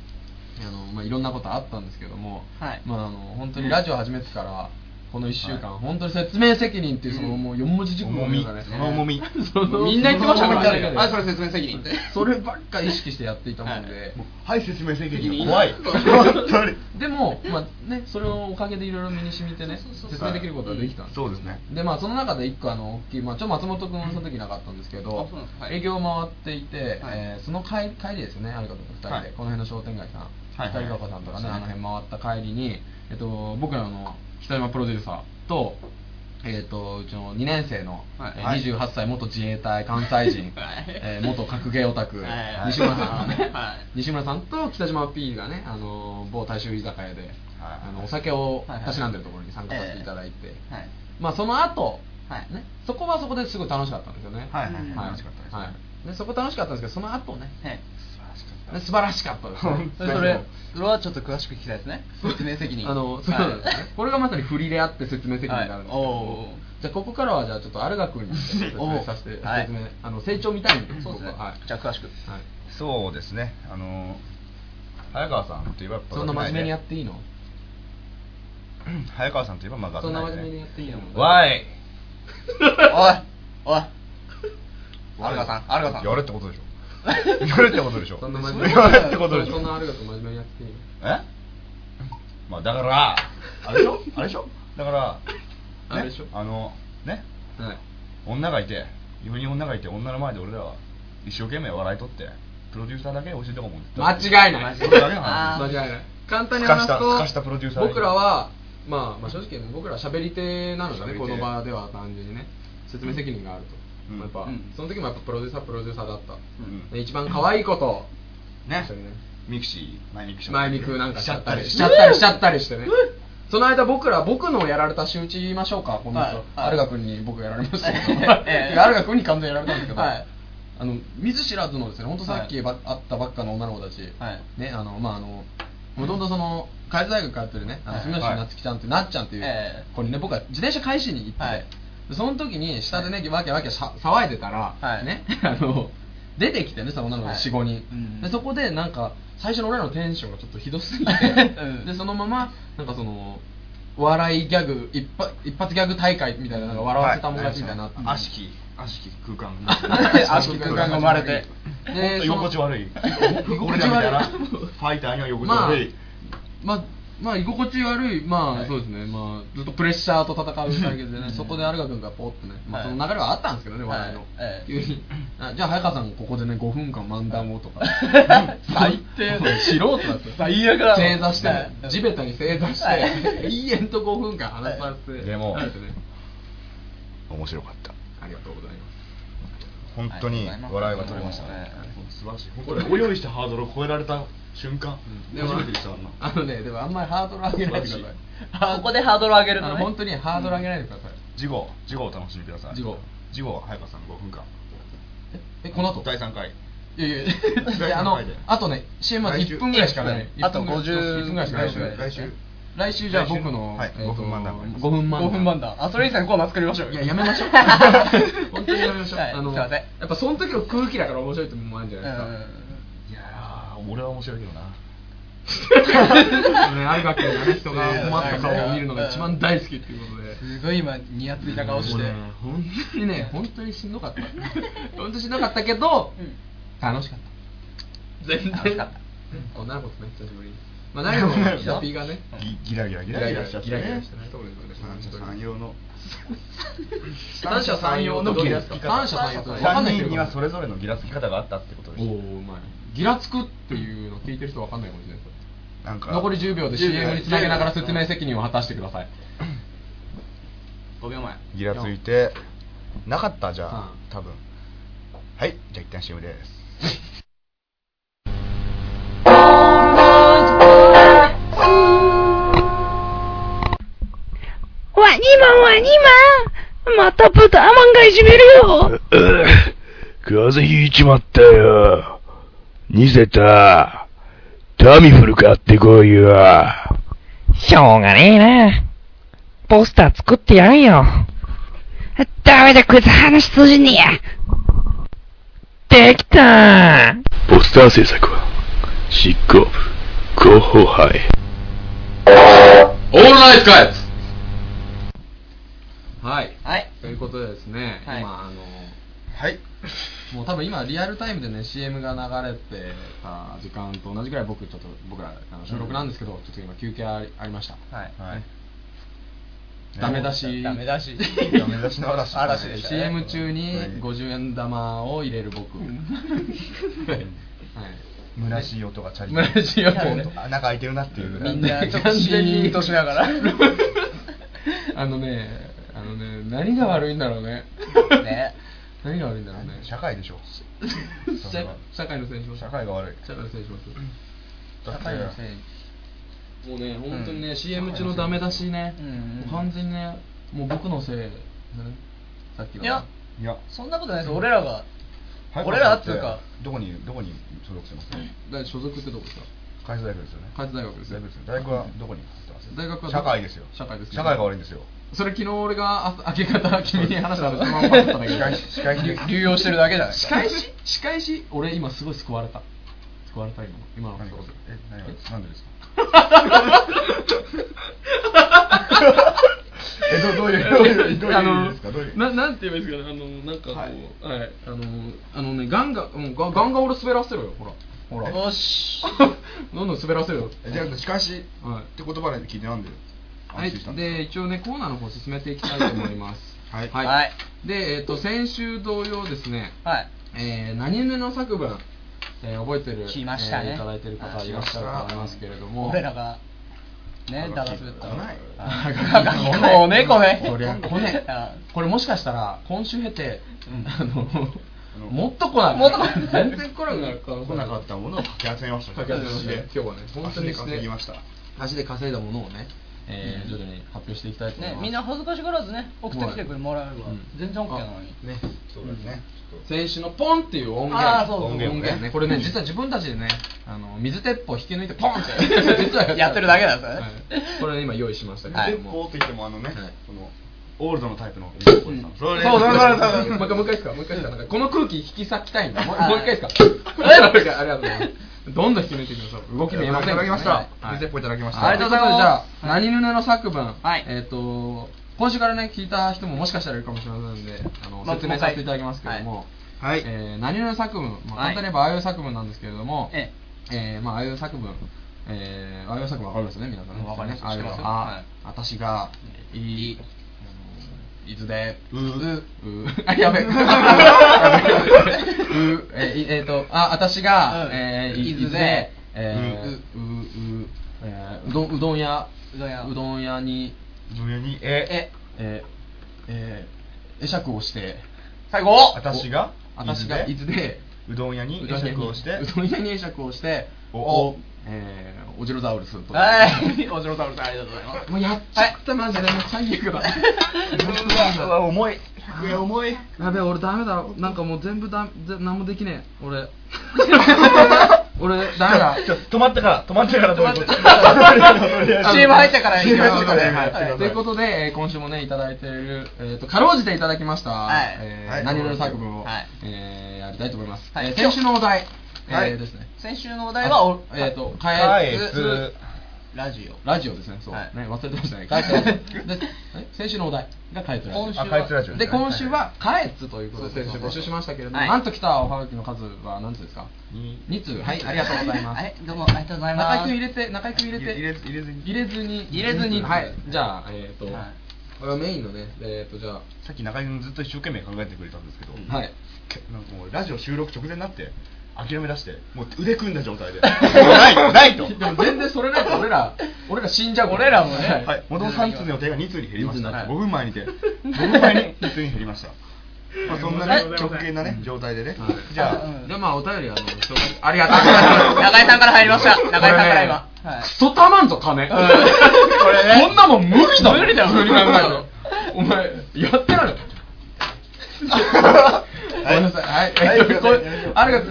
Speaker 1: あのまあいろんなことあったんですけども、
Speaker 2: はい
Speaker 1: まああの本当にラジオ始めてから。この1週間、本当に説明責任っていうそのもう4文字熟語のようなね
Speaker 4: 重みその重み
Speaker 1: その
Speaker 5: みんな言ってました
Speaker 1: そ
Speaker 5: も
Speaker 1: の
Speaker 5: ん
Speaker 1: 重
Speaker 5: ね
Speaker 1: み
Speaker 5: あそれ説明責任って
Speaker 1: そればっか意識してやっていたもんで、
Speaker 4: はい説明責
Speaker 5: 任
Speaker 4: 任怖い 本当に
Speaker 1: でも、まあね、それのおかげでいろいろ身に染みてね説明できることができたんです
Speaker 4: そうですね
Speaker 1: でまあその中で一個あの大きい、まあ、ちょっと松本君はその時いなかったんですけ
Speaker 2: あ
Speaker 1: ど
Speaker 2: そうなんです、はい
Speaker 1: 営業を回っていて、
Speaker 2: はい
Speaker 1: えーその帰帰りですよねあるかと2人で、
Speaker 4: はい
Speaker 1: この辺の商店街さん、
Speaker 4: はいはい
Speaker 1: 光が丘さんとかね、
Speaker 4: そうですね
Speaker 1: あの辺回った帰りに、えっと、僕らの北島プロデューサーと,、えっとうちの2年生の、
Speaker 2: はい
Speaker 1: えー
Speaker 4: はい
Speaker 1: 28歳元自衛隊関西人、
Speaker 2: はい
Speaker 1: えー元格ゲーオタク、
Speaker 2: はい
Speaker 1: 西村さんがね、
Speaker 2: はい
Speaker 1: 西村さんと北島 P がねあの某大衆居酒屋で、あのお酒を
Speaker 2: はいはい
Speaker 1: たしなんでるところに参加させていただいて。
Speaker 2: はい
Speaker 1: まあ、その後、
Speaker 2: はい
Speaker 1: ね、そこはそこですごい楽しかったんですよね。
Speaker 4: はいはい
Speaker 2: はい
Speaker 1: はい
Speaker 4: 楽しかったです
Speaker 1: はいでそこ楽しかったんですけど、その後ね、
Speaker 2: はい
Speaker 1: ね素晴らしかったです、ね。
Speaker 2: それそれはちょっと詳しく聞きたいですね説明責任
Speaker 1: あの、そうなんですね。これがまさに振りであって説明責任になるんですけど、
Speaker 2: はいおー
Speaker 1: じゃあここからはじゃあちょっとアルガ君に説明させて、
Speaker 2: おー
Speaker 1: 説明、
Speaker 2: はい
Speaker 1: あの成長見たいんで、
Speaker 2: そうですね
Speaker 1: 僕ははい。
Speaker 2: じゃあ詳しく
Speaker 1: はい。
Speaker 4: そうですねあの早川さんといえばやっぱ
Speaker 1: そんな真面目にやっていいの？
Speaker 4: うん早川さんといえばまあ学
Speaker 1: そんな真
Speaker 4: 内
Speaker 1: 面目に
Speaker 4: で
Speaker 1: やっていいの？
Speaker 4: わい
Speaker 2: おいおいアルガさんアルガさん
Speaker 4: やれってことでしょやれってことでしょ
Speaker 1: そんな真面目に
Speaker 4: やれってことでしょ
Speaker 1: そんなアルガ君真面目にやっていいの？
Speaker 4: えまあだからあれでしょあれでしょだから、
Speaker 1: あれでしょ
Speaker 4: あのね
Speaker 1: はい。
Speaker 4: 女がいて世に女がいて女の前で俺らは一生懸命笑いとってプロデューサーだけ教えてこもんって言
Speaker 1: 間
Speaker 4: った
Speaker 1: 違いない
Speaker 4: それだけの話
Speaker 2: あー
Speaker 1: 間違いない簡単に話すと
Speaker 4: すかしたすかしたプロデューサー
Speaker 1: 僕らは、まあ、まあ正直僕ら喋り手なので
Speaker 4: 喋
Speaker 1: ね
Speaker 4: り手
Speaker 1: この場では単純にね説明責任があると、
Speaker 4: うん
Speaker 1: やっぱ、
Speaker 2: うん
Speaker 1: その時もやっぱプロデューサープロデューサーだった、
Speaker 4: ん
Speaker 1: で一番可愛いことを
Speaker 4: ね
Speaker 1: 一緒にね
Speaker 4: ミクシー前ミクシー
Speaker 1: 前肉なんかしちゃったりし
Speaker 4: し
Speaker 1: ち
Speaker 4: ち
Speaker 1: ゃ
Speaker 4: ゃ
Speaker 1: っ
Speaker 4: ったた
Speaker 1: り
Speaker 4: り
Speaker 1: しちゃったりしてねその間僕ら僕のやられた仕打ち言いましょうかこの
Speaker 2: はい
Speaker 1: 人
Speaker 2: はい
Speaker 1: アルガ君に僕やられましたけど
Speaker 2: え え
Speaker 1: アルガ君に完全にやられたんですけど、
Speaker 2: はい
Speaker 1: あの見ず知らずのですね本当さっきば、会ったばっかの女の子たち、
Speaker 2: はい
Speaker 1: ねあのまああのもともとその海津大学通ってるねあ
Speaker 2: は
Speaker 1: の
Speaker 2: い
Speaker 1: 住吉夏樹ちゃんって、なっちゃんっていう
Speaker 2: ええ
Speaker 1: 子にね僕は自転車返しに行って、
Speaker 2: はい
Speaker 1: でその時に下でね、わけわけしゃ騒いでたら、
Speaker 2: はい
Speaker 1: ね あの出てきてねその女の子が
Speaker 2: はい
Speaker 1: 45人、
Speaker 2: うん
Speaker 1: でそこでなんか最初の俺らのテンションがちょっとひどすぎて、
Speaker 2: うん
Speaker 1: でそのままなんかそのお笑いギャグ一発一発ギャグ大会みたいなのが笑わせたもん勝ちみたいになって、
Speaker 4: 悪しき悪しき空間
Speaker 1: 悪しき空間が生まれて
Speaker 4: 本
Speaker 1: で
Speaker 4: 当居心地悪 い
Speaker 1: その
Speaker 4: 俺らみたいな
Speaker 1: 居心地悪い
Speaker 4: ファイターには居心地悪い
Speaker 1: まあまあ居心地悪い、まあ、
Speaker 4: はい
Speaker 1: そうですね、まあ、ずっとプレッシャーと戦うだけ でね、そこでアルガ君がポッとね、まあ、
Speaker 2: は
Speaker 1: そ
Speaker 2: い
Speaker 1: の流れはあったんですけどね、
Speaker 2: はい
Speaker 1: 笑いの、
Speaker 2: ええ
Speaker 1: 急にあじゃあ、早川さん、ここでね、5分間漫談をとか、
Speaker 2: 最低
Speaker 1: そう素人だったよ
Speaker 2: 最悪だ
Speaker 1: 正座して
Speaker 2: はい、
Speaker 1: 地べたに正座し
Speaker 2: は
Speaker 1: て、
Speaker 2: い
Speaker 1: 延々と5分間話させて、
Speaker 4: でも
Speaker 1: なんかね
Speaker 4: 面白かった
Speaker 1: ありがとうございます。
Speaker 4: 本当に笑いが取れました
Speaker 2: はい
Speaker 4: ね素晴らしいこれお用意したハードルを超えられた瞬間
Speaker 1: でも
Speaker 4: 初めてでしたあんな
Speaker 1: あのね、でもあんまりハードル上げないでください
Speaker 4: 素晴らしい。
Speaker 2: ここでハードル上げる
Speaker 1: あ
Speaker 2: の
Speaker 1: の
Speaker 2: ね
Speaker 1: 本当にハードル上げないでください。
Speaker 4: 次号次号をお楽しみください
Speaker 1: 次号
Speaker 4: 次号は早川さん5分間
Speaker 1: え、この後
Speaker 4: 第3回
Speaker 1: いやい や、いやあの、あとね、CM まで
Speaker 4: 来週
Speaker 1: 1分ぐらいしかない。
Speaker 2: あと50
Speaker 1: 1分ぐらいしかない。
Speaker 2: 来週
Speaker 4: 来週
Speaker 1: 来週じゃあ僕の、
Speaker 4: はい
Speaker 1: えーと
Speaker 4: 5分漫談があります
Speaker 1: 5分漫談。
Speaker 2: 5分漫談あそれ以前のコーナー作りましょうよ
Speaker 1: いや、やめま しょう。本当にやめましょう。
Speaker 2: はい
Speaker 1: あの、
Speaker 2: すいません
Speaker 1: やっぱその時の空気だから面白いってもんあるんじゃ
Speaker 2: う
Speaker 1: ないですか。ね
Speaker 2: ん
Speaker 4: いやー俺は面白いけどな
Speaker 1: あるわけない人が困った顔を見るのが一番大好きっていうことで。
Speaker 2: すごい今ニヤついた顔して
Speaker 1: もうね本当にね、本当にしんどかった。本当にしんどかったけど、楽しかった。全然
Speaker 2: 楽しかった
Speaker 1: うん女の子とね久しぶりにまあ何よりも北 P がね
Speaker 4: ギギラギラギ
Speaker 1: ギ
Speaker 4: ラ
Speaker 1: ラ
Speaker 4: ギ
Speaker 1: ギ
Speaker 4: ラ
Speaker 1: ラ
Speaker 4: し
Speaker 1: し
Speaker 4: ち
Speaker 1: ち
Speaker 4: ゃ
Speaker 1: ゃ
Speaker 4: っ
Speaker 1: ってて
Speaker 4: ね
Speaker 1: ね
Speaker 4: 三者三様の
Speaker 1: 三者三様のギラつき方三者三様とわかん
Speaker 4: 三
Speaker 1: ないけ
Speaker 4: 人
Speaker 1: ど
Speaker 4: にはそれぞれのギラつき方があったってことで
Speaker 1: お
Speaker 4: す
Speaker 1: おうまいギラつくっていうの聞いてる人わかんないかもしれないです
Speaker 4: なんか
Speaker 1: 残り10秒で CM につなげながら説明責任を果たしてください
Speaker 2: 5秒前
Speaker 4: ギラついてなかったじゃあ
Speaker 1: うん
Speaker 4: 多分はいじゃあ一旦 CM です
Speaker 6: ワニマンワニマンまた豚マンがいじめるよ
Speaker 7: 風邪ひいちまったよ。ニセタ、タミフル買ってこいよ。
Speaker 8: しょうがねえな。ポスター作ってやんよ。
Speaker 6: ダメだこいつ話通じねえや
Speaker 8: できたー
Speaker 7: ポスター制作は、執行部、広報杯。
Speaker 5: オールナイトカイツ
Speaker 1: はい
Speaker 2: はい
Speaker 1: ということでですね、
Speaker 2: はい
Speaker 1: 今あの
Speaker 4: はい
Speaker 1: もう多分今リアルタイムでね CM が流れてた時間と同じぐらい僕ちょっと僕らあの収録なんですけど、ちょっと今休憩ありありました
Speaker 2: はい
Speaker 4: はい
Speaker 1: ダメ出し
Speaker 2: ダメ出し
Speaker 4: ダメ出しの嵐
Speaker 2: 嵐でしたね
Speaker 1: CM 中に
Speaker 4: はい
Speaker 1: 50円玉を入れる僕、はい
Speaker 4: 虚しい音がチャリ
Speaker 1: 虚しい音
Speaker 4: あなんか開いてるなっていう
Speaker 2: みんなちょっとシーンとしながら
Speaker 1: あのねあのね何が悪いんだろう ね
Speaker 2: ね
Speaker 1: 何が悪いんだろうね
Speaker 4: 社会でしょそれ
Speaker 1: 社
Speaker 4: は
Speaker 1: 社会のせいにします
Speaker 4: 社会が悪い
Speaker 1: 社会のせいにします、
Speaker 4: だって
Speaker 1: もうね、本当にね、
Speaker 2: うん
Speaker 1: CM 中のダメ出しね、
Speaker 2: うんうん
Speaker 1: もう完全にね、もう僕のせいだね、さっきの。
Speaker 2: いや
Speaker 4: いや
Speaker 2: そんなことないです俺らが
Speaker 4: 早川さん
Speaker 2: 俺らっつうか
Speaker 4: どこにどこに所属してますか
Speaker 1: だ所属ってどこですか
Speaker 4: 海津大学ですよね
Speaker 1: 海津大学です
Speaker 4: 大学よ大学はどこに入ってます
Speaker 1: 大学はど
Speaker 4: 社会ですよ
Speaker 1: 社会ですね
Speaker 4: 社会が悪いんですよ
Speaker 1: それ昨日俺が朝明け方君に話したのそのまんまだったんだけど
Speaker 4: 仕返し仕返しです
Speaker 2: 流用してるだけじゃない
Speaker 1: 仕返し仕返し俺今すごい救われた救われた今今の
Speaker 4: 何が
Speaker 1: こと
Speaker 4: え何がなんでです かえどどういうどういうどういう
Speaker 1: あ
Speaker 4: 意味
Speaker 1: の
Speaker 4: ですかどういう
Speaker 1: ななんて言えばいいですかねあのなんかこうはい、あのあのねガンガンもうガンガンガン俺滑らせろよほらほ ら
Speaker 2: よし
Speaker 1: どんどん滑らせろよ
Speaker 5: えじゃあしかし
Speaker 1: はい
Speaker 5: って言葉で聞いてなんで
Speaker 1: は
Speaker 5: 安心
Speaker 1: い
Speaker 5: した、ん
Speaker 1: で
Speaker 5: です
Speaker 1: 一応ねコーナーの方進めていきたいと思います
Speaker 5: はい
Speaker 2: はい
Speaker 1: で、えっと先週同様ですね、
Speaker 2: はい
Speaker 1: えー何々の作文、えー覚えてる
Speaker 2: 来ましたね
Speaker 1: えーいただいてる方いらっしゃると思いますけれども
Speaker 2: 俺ら がねだらすべった
Speaker 5: か来ない
Speaker 2: あ
Speaker 1: あがき来ない
Speaker 2: 来ね来ね
Speaker 1: そりゃ来ね
Speaker 2: あ
Speaker 1: これもしかしたら今週経て、
Speaker 2: うん
Speaker 1: あの
Speaker 5: の
Speaker 1: もっと来ない
Speaker 2: もっと来ない
Speaker 1: 全然来なくなる可能性
Speaker 5: 来なかったものをかき集めました
Speaker 1: かけ足で今日はね本当に
Speaker 5: 足で稼ぎました
Speaker 1: 足で稼いだものをね、えー徐々に発表していきたいと思い
Speaker 2: ね
Speaker 1: ます、
Speaker 2: みんな恥ずかしがらずね送ってきてくれもらえれば
Speaker 1: うん
Speaker 2: 全然 OK なのに
Speaker 1: ね
Speaker 5: そうですね
Speaker 1: 先週のポンっていう音源
Speaker 2: あーそうそう
Speaker 1: 音源ねこれね実は自分たちでねあの水鉄砲引き抜いてポンって実 は
Speaker 2: やってるだけなんですよね
Speaker 1: はいこれ今用意しましたけ
Speaker 5: で
Speaker 1: ども
Speaker 5: こうって言ってもあのね
Speaker 1: はい
Speaker 5: そのオールドのタイプの
Speaker 1: そう
Speaker 5: れ
Speaker 1: そうそう
Speaker 5: それ
Speaker 1: そうもう一回もう一回いいですかもう一回いいですかなんかこの空気引き裂きたいんだもう
Speaker 2: はい
Speaker 1: もう一回いいですかはいもう一回ありがとうございますどんどん引き抜いていきましょう動き見えません
Speaker 5: いただきました
Speaker 1: はい
Speaker 5: 水鉄砲いただきました
Speaker 1: ありがとうございますじゃあ何ぬねの作文
Speaker 2: はい
Speaker 1: えっと今週からね聞いた人ももしかしたらいるかもしれませんのであの
Speaker 2: ま
Speaker 1: 説明させていただきますけども
Speaker 5: はい
Speaker 1: えー何々の作文、まあ、
Speaker 2: は
Speaker 1: 簡単
Speaker 2: い
Speaker 1: に言えばああいう作文なんですけれども、
Speaker 2: え
Speaker 1: えーまあ、ああいう作文、えー、ああいう作文わかりますよね、皆さんね。
Speaker 2: うんわかります
Speaker 1: ああいうの
Speaker 2: 知ってますよは
Speaker 1: あ
Speaker 2: い、
Speaker 1: 私が、いい、あの伊豆で、う、 う、あ、やべえ、う、えー、いえーと、あ、私が
Speaker 2: う、ん
Speaker 1: えー、
Speaker 2: 伊
Speaker 1: 伊
Speaker 2: 豆
Speaker 1: 豆
Speaker 2: で
Speaker 1: で、えーう、う、う、えーうどん、うどん屋、
Speaker 2: うどん屋
Speaker 1: うどん屋に、
Speaker 4: 上にえ
Speaker 1: えー、えー、会釈をして、
Speaker 2: 最後
Speaker 4: 私が
Speaker 1: 私が伊
Speaker 4: 伊豆で
Speaker 1: 豆で、
Speaker 4: うどん屋に会釈をして
Speaker 1: うどん屋に会釈をして
Speaker 4: お
Speaker 1: おえーオジロザウルスと
Speaker 2: はいおじろさんありがとうございます
Speaker 1: もうやっちゃったマジでもう最悪だ
Speaker 4: うわ重い
Speaker 5: 100円重い
Speaker 1: やべえ俺ダメだなんかもう全部だぜ何もできねえ俺俺ダメだ
Speaker 4: ちょ止まってから止まってからどういうこと
Speaker 2: CM 入ったから行きましょう
Speaker 1: はいということで、えー今週もね、いただいている、えー、とかろうじていただきました、
Speaker 2: はい
Speaker 1: えー
Speaker 4: はい
Speaker 1: 何々の作文を、
Speaker 2: はい
Speaker 1: えーやりたいと思います。
Speaker 2: はい
Speaker 1: えー先週のお題、
Speaker 4: はい
Speaker 1: えーですね、
Speaker 2: 先週のお題はお
Speaker 1: あえーとか
Speaker 4: か
Speaker 1: え
Speaker 4: え
Speaker 1: つ
Speaker 4: つ
Speaker 2: ラジオ
Speaker 1: ラジオですね、そう、
Speaker 2: はい
Speaker 1: ね忘れてましたね、かえつ でえ先週のお題がかえつラジオ
Speaker 2: 今週
Speaker 4: あかえつラジオ
Speaker 1: で今週
Speaker 4: はい
Speaker 1: は「かえつ」ということ
Speaker 2: そう
Speaker 1: で
Speaker 2: そう
Speaker 1: 先
Speaker 2: そ
Speaker 1: 週
Speaker 2: う
Speaker 1: 募集しましたけれども、
Speaker 2: はい
Speaker 1: なんと来たおはがきの数は何通ですか2通はいありがとうございます
Speaker 2: はいどうもありがとうございま
Speaker 1: 中
Speaker 2: す
Speaker 1: 井君入れて中井君入れて
Speaker 4: 入れ入れずに
Speaker 1: 入れずに
Speaker 2: 入れずに
Speaker 1: はいじゃあえっ、と、
Speaker 2: はい
Speaker 1: これはメインのねえっ、とじゃ
Speaker 4: さっき中居君ずっと一生懸懸命考えてくれたんですけど
Speaker 1: あはい
Speaker 4: けなんかもうラジオ収録直前になって諦め出して
Speaker 5: もう腕組んだ状態でもうないないと
Speaker 1: でも全然それないと俺ら、俺ら死んじゃう俺らもね
Speaker 5: はい、元3通の予定が2通に減りました、
Speaker 1: 二通になる
Speaker 5: 5分前にて5分前に2通に減りました、まあ、そんなね極限なね状態でね、じゃあ
Speaker 1: じゃあまあお便りあの紹介ありがとうございます
Speaker 2: 中井さんから入りました中井さんから今
Speaker 1: これね
Speaker 2: はい
Speaker 1: クソたまんぞ金こ
Speaker 2: れね
Speaker 1: こんなもん無理だろ
Speaker 2: 無理だよ
Speaker 1: 普通に考えてお前やってないのごめんなさい。はい。
Speaker 5: はい
Speaker 1: えっと これあれが、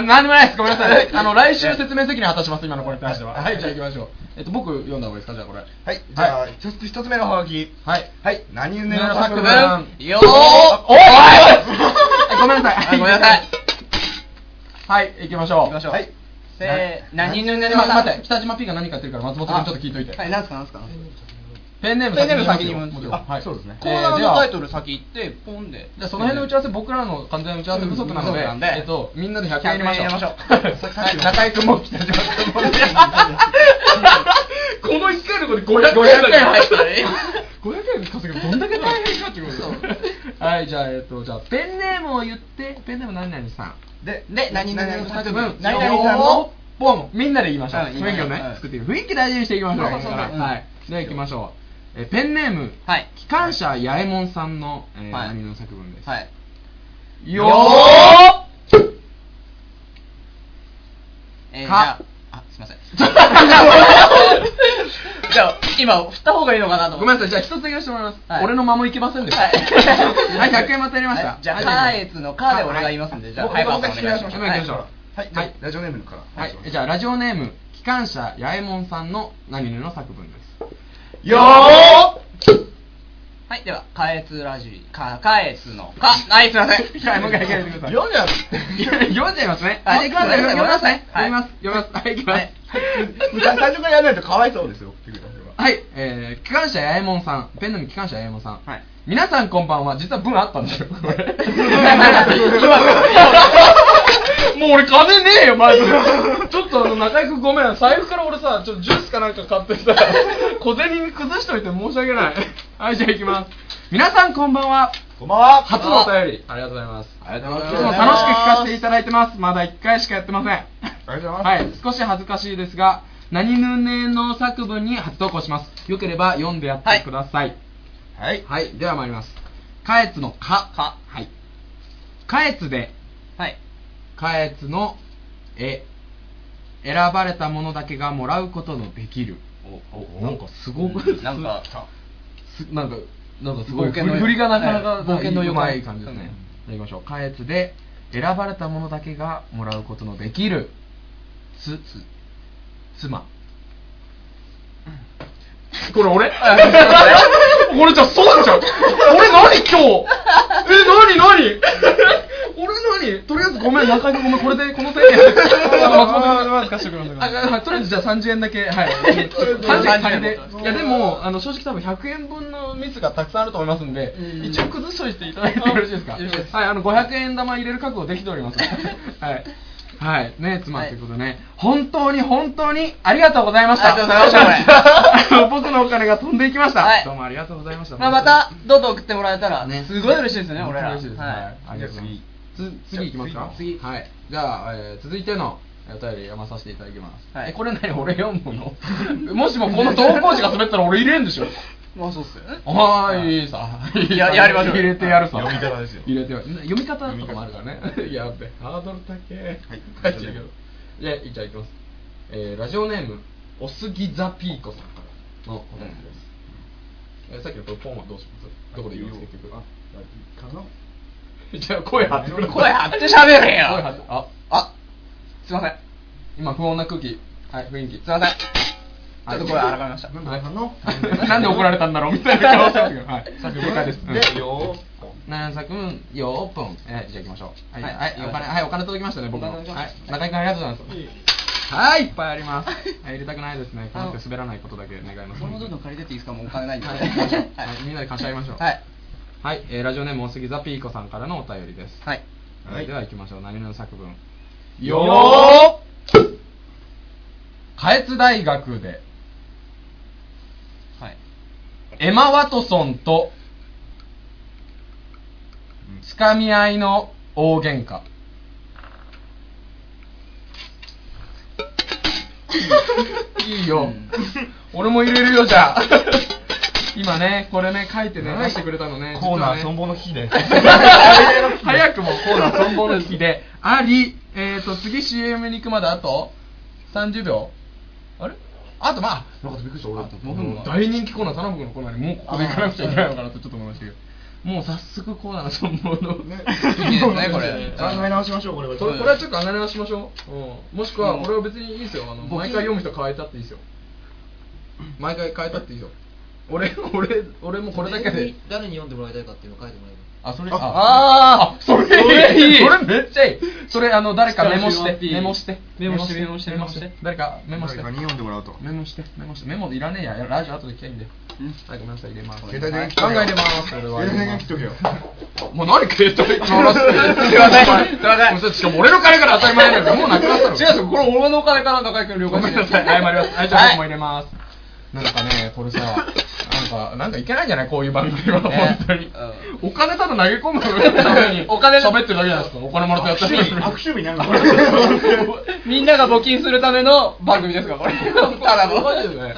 Speaker 1: ななんでもないです。ごめんなさい。あの、来週説明責任果たします、今のこれに関しては。はい、じゃあ行きましょう。えっと、僕読んだ方がいいですか、じゃあこれ。
Speaker 5: はいじゃあ一つ一つ目のハガキ
Speaker 1: はい。
Speaker 5: はい何
Speaker 1: ゆ
Speaker 5: ゆ
Speaker 1: ね
Speaker 5: ね
Speaker 1: の
Speaker 5: の
Speaker 1: 作
Speaker 5: 作
Speaker 1: 文
Speaker 5: 文
Speaker 2: よ
Speaker 1: おおい
Speaker 2: ー
Speaker 1: ごめんなさい。
Speaker 2: あごめんなさい。
Speaker 1: はい、行きましょう。
Speaker 2: 行きましょう
Speaker 5: はい
Speaker 2: せー何ぬね
Speaker 1: ち
Speaker 2: の
Speaker 1: ょっと
Speaker 2: ま
Speaker 1: 待って、北島 P が何か言ってるから、松本君ちょっと聞いといて。
Speaker 2: はいなんすかなんすか
Speaker 1: ペンネーム
Speaker 2: ペンネーム先に
Speaker 1: も
Speaker 2: も
Speaker 1: ちろん。
Speaker 2: あ
Speaker 1: はい、
Speaker 5: そうですね
Speaker 2: コーナーのタイトル
Speaker 1: じ
Speaker 2: 先行ってポンで
Speaker 1: ゃあその辺の打ち合わせ、僕らの完全な打ち合わせ不足なので、
Speaker 2: うん不足なんで
Speaker 1: えっと、みんなで100円入れましょう。
Speaker 2: 100円入れましょう
Speaker 1: はい中井君も北島君も。
Speaker 2: この1回の子で500
Speaker 1: 500円入った
Speaker 2: ね
Speaker 1: 500円稼ぐどんだけ大変かってことはい、じゃあ、えっと、じゃあ、ペンネームを言って、ペンネーム何々さん。
Speaker 5: で
Speaker 2: で何々の作文
Speaker 1: 何
Speaker 2: 何
Speaker 1: 々さ
Speaker 2: 々さ
Speaker 1: ん
Speaker 2: ん
Speaker 1: の
Speaker 2: の
Speaker 1: ポンみんなで言いましょう
Speaker 2: うん
Speaker 1: 雰囲気をね、
Speaker 2: はい
Speaker 1: 作っていく雰囲気大事にしていきましょう
Speaker 2: そうそうそう
Speaker 1: これからはいでは行きましょうえペンネーム、
Speaker 2: はい
Speaker 1: 機関車八重門さんの、 えー
Speaker 2: はい
Speaker 1: 何の作文です、
Speaker 2: はい
Speaker 1: よ
Speaker 2: えー、じゃ
Speaker 1: か
Speaker 2: ああすいません じゃあ今振った方がいいのかなと
Speaker 1: ー
Speaker 2: 思
Speaker 1: ごめん
Speaker 2: って
Speaker 1: なさいじゃあ一つだけ言わせてもらいます、
Speaker 2: はい
Speaker 1: 俺の間もいけませんでした
Speaker 2: は
Speaker 1: はいい、100円またやりました、
Speaker 2: はいじゃあ
Speaker 1: はい
Speaker 2: カーエツのカーでお願いしますんでじゃあ
Speaker 1: 僕が
Speaker 2: 早川さん
Speaker 1: 僕がお願いしましょう
Speaker 2: お願いし
Speaker 1: 行きましょ
Speaker 2: ます
Speaker 5: はい、
Speaker 1: は
Speaker 5: はいい、ラジオネームから
Speaker 1: うはいじゃあラジオネーム機関車八重門さんの何々の作文 です
Speaker 5: よ
Speaker 2: はいではカーエツラジカカーエツのカはいすいません
Speaker 1: はいもう一回読んでください
Speaker 5: 読んじゃう
Speaker 1: 読んじゃいますね。
Speaker 2: はい
Speaker 1: はい、読んじゃいます。読みますね。読
Speaker 2: はい
Speaker 1: みます。読みます。はい、行きます。
Speaker 5: 最初からやらないとかわいそうですよっていうことは
Speaker 1: はい、えー、機関車やえもんさん、ペンネーム機関車やえもんさん。
Speaker 2: はい
Speaker 1: 皆さんこんばんは。実は文あったんですよ。これ もう俺金ねえよ、マジ で。ちょっとあの、中居君ごめん。財布から俺さ、ちょっとジュースかなんか買ってさ、小銭崩しといて申し訳ない。はい、じゃあ行きます。皆さんこんばんは。
Speaker 5: こんばんは
Speaker 1: 初のお便り。ありがとうございます。
Speaker 5: ありがと
Speaker 1: い
Speaker 5: うござい
Speaker 1: つも
Speaker 5: ます
Speaker 1: 楽しく聞かせていただいてます。まだ1回しかやってません。
Speaker 5: ありがとうござ
Speaker 1: はいい、少し恥ずかしいですが、何ぬねの作文に初投稿します。よければ読んでやってください。
Speaker 5: ますはい
Speaker 1: はい、では参ります。かえつのか。
Speaker 2: か
Speaker 1: はい。かえつで、
Speaker 2: はい
Speaker 1: かえつのえ。選ばれたものだけがもらうことのできる。なんかすごく、
Speaker 2: なんか
Speaker 1: すなんか、なんかすごい
Speaker 2: 冒険の
Speaker 1: 振り振りがなかなか
Speaker 2: はい冒険の
Speaker 1: う
Speaker 2: 予
Speaker 1: ま
Speaker 2: 感
Speaker 1: い感じですね。じゃあ行きましょう。かえつで、選ばれたものだけがもらうことのできる。つ、つ、妻。これ俺俺じゃあそうじゃん俺何今日え何何俺何とりあえずごめん中居君ごめんこれでこの1000円 松本君ああとりあえずじゃあ30円だけはい 30円借りでいやでもあの正直多分100円分のミスがたくさんあると思いますんで
Speaker 2: うん
Speaker 1: 一応崩しといていただいてよろしいですか
Speaker 2: よろしいです
Speaker 1: はいあの500円玉入れる覚悟できており ますはいはいね妻
Speaker 2: はい
Speaker 1: ということでね本当に本当にありがとうございました
Speaker 2: ありがとうございました
Speaker 1: あの 僕のお金が飛んでいきました、
Speaker 2: はい
Speaker 1: どうもありがとうございました、
Speaker 2: まあ、またどんどん送ってもらえたら
Speaker 1: ね
Speaker 2: すごい嬉しいですね俺ら
Speaker 1: 嬉しいですね、
Speaker 2: はい
Speaker 1: ありがとうございますつ次いきますか
Speaker 2: 次
Speaker 1: はいじゃあ、えー続いてのえーお便り読まさせていただきます、
Speaker 2: はい
Speaker 1: えこれ何俺読むの もしもこの投稿時が滑ったら俺入れんでしょ
Speaker 2: まあそうっすよね
Speaker 1: ああいいさ
Speaker 2: ややりましょう
Speaker 1: 入れてやるさ
Speaker 5: 読み方ですよ
Speaker 1: 入れてやる読み方とかもあるからねやべハードル高え
Speaker 5: はい
Speaker 1: 入っちゃうけどじゃあじゃあいきますえーラジオネームおすぎザピーコさんからのお便りですえーさっきのこのポンはどうしますどこで言います結局
Speaker 5: あかな
Speaker 1: じゃあ声張ってください
Speaker 2: 声張って喋れよ
Speaker 1: 声張ってあ
Speaker 2: あすいませんす
Speaker 1: 今不穏な空気はい雰囲気
Speaker 2: いませんちょ
Speaker 1: はい
Speaker 2: っと声荒らかりました
Speaker 5: 文太さんの
Speaker 1: なんで怒られたんだろうみたいな顔してるけど、はい、
Speaker 5: 作
Speaker 1: 正解です。
Speaker 5: 文でよー
Speaker 1: 七作分よーぽん、えー、じゃあ行きましょう。はい、
Speaker 2: はい
Speaker 1: はい、お金、はい、お金届きましたね、僕の。
Speaker 2: お
Speaker 1: はい
Speaker 2: 金届きまし、た
Speaker 1: 中井君ありがとうございます。はい、いっぱいあります。はい入れたくないですね。この人滑らないことだけ願います。
Speaker 2: これもどんどん借りてっていいですかもうお金ないんで
Speaker 1: は
Speaker 2: はいい
Speaker 1: 行きましょうはいみんなで貸し合いましょう
Speaker 2: はい
Speaker 1: はい、えー、ラジオネームおすぎザピーコさんからのお便りです。
Speaker 2: はい
Speaker 1: はい、では行きましょう。何々の作文。
Speaker 5: よ
Speaker 1: ー。下越大学で。
Speaker 2: はい
Speaker 1: エマ・ワトソンとつかみ合いの大喧嘩いいよ。俺も入れるよ、じゃあ。今ね、これね、書いてね、出してくれたのね。
Speaker 4: コーナー
Speaker 1: 実は
Speaker 4: 存
Speaker 1: ね
Speaker 4: 亡の危機で。
Speaker 1: 早くもコーナー存亡の危機であり、えーと、次 CM に行くまであと30秒。あれあとまあ、なんかびっくりした。俺、僕も大人気コーナー、田辺君のコーナーにもうここで行かなくちゃいけないのかなとちょっと思いましたけど。もう早速コーナーの存亡の
Speaker 5: ね
Speaker 2: 危機ですねこれ
Speaker 5: 考え直しましょうこれは
Speaker 1: それこれはちょっと考え直しましょう、うん、もしくは俺は別にいいですよあの
Speaker 2: 募金
Speaker 1: 毎回読む人変えたっていいですよ毎回変えたっていいよ俺俺俺もこれだけで
Speaker 9: 誰に読んでもらいたいかっていうのを書いてもらえば
Speaker 1: あそれああそれいい それめっちゃいいそれあの誰かメモしてメモしてメモしてメモしてメモして誰かメモして
Speaker 5: 誰かに読んでもらうと
Speaker 1: メモしてメモしてメモでいらねえやラジオ後で来たいんだよはいごめんなさい入れます
Speaker 5: 携帯電話切っ
Speaker 1: 考
Speaker 5: とけよ
Speaker 1: えれますそれは
Speaker 5: 携帯電話切っとけよ
Speaker 1: もう何携帯切ってもらってすいませんすいませんしかも俺の金から当たり前なんだよもうなくなったの違うこれ俺の金から中居君了解してください謝りますはいじゃあ僕も入れますなんかねこれさなんかなんかいけないんじゃないこういう番組は
Speaker 2: ね
Speaker 1: 本当にお金ただ投げ込む ためにお金喋ってるだけじゃないですかお金もらってやったりする
Speaker 5: 悪 趣味なんかこれ
Speaker 2: みんなが募金するための番組です かこれただの
Speaker 1: マジでね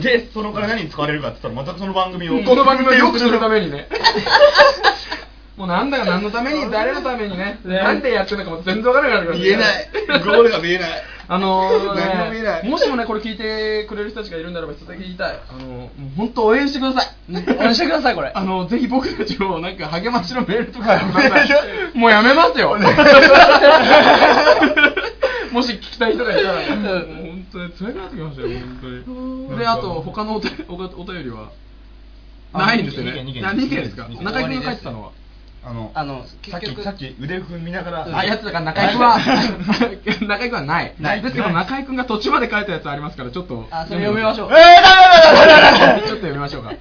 Speaker 5: でそのから何に使われるかって言ったらまたその番組を
Speaker 1: この番組を良くするために ねもうなんだか何のために誰のためにねなんでやってるのかも全然分からなくなる
Speaker 5: 言えないゴールが見えない
Speaker 1: あの ー
Speaker 5: 何も見えない
Speaker 1: ね、もしもね、これ聞いてくれる人たちがいるんならば、一つだけ言いたい。あのーもう本当応援してください。応援してください、これ。あのーぜひ僕たちをなんか励ましのメールと かくださいもうやめますよ。 もし聞きたい人がいたら、もう本当に辛くなってきましたよ、本当に。で、あと、他のお便おお便りはないんですよね。
Speaker 4: あ二件二件
Speaker 1: あ二件ですか。
Speaker 4: 二件
Speaker 1: 中居君が書いてたのは。
Speaker 5: あの
Speaker 2: あの
Speaker 5: さっ
Speaker 2: 結
Speaker 5: き
Speaker 2: 局
Speaker 5: さっき腕組み見ながら
Speaker 1: あ、やつだから中居君は、中居君はない。ですけど中居君が途中まで書いたやつありますから、ちょっと。
Speaker 2: あそれ読みましょう
Speaker 5: えー、ダメだダメだダメだ
Speaker 1: ちょっと読みましょうか。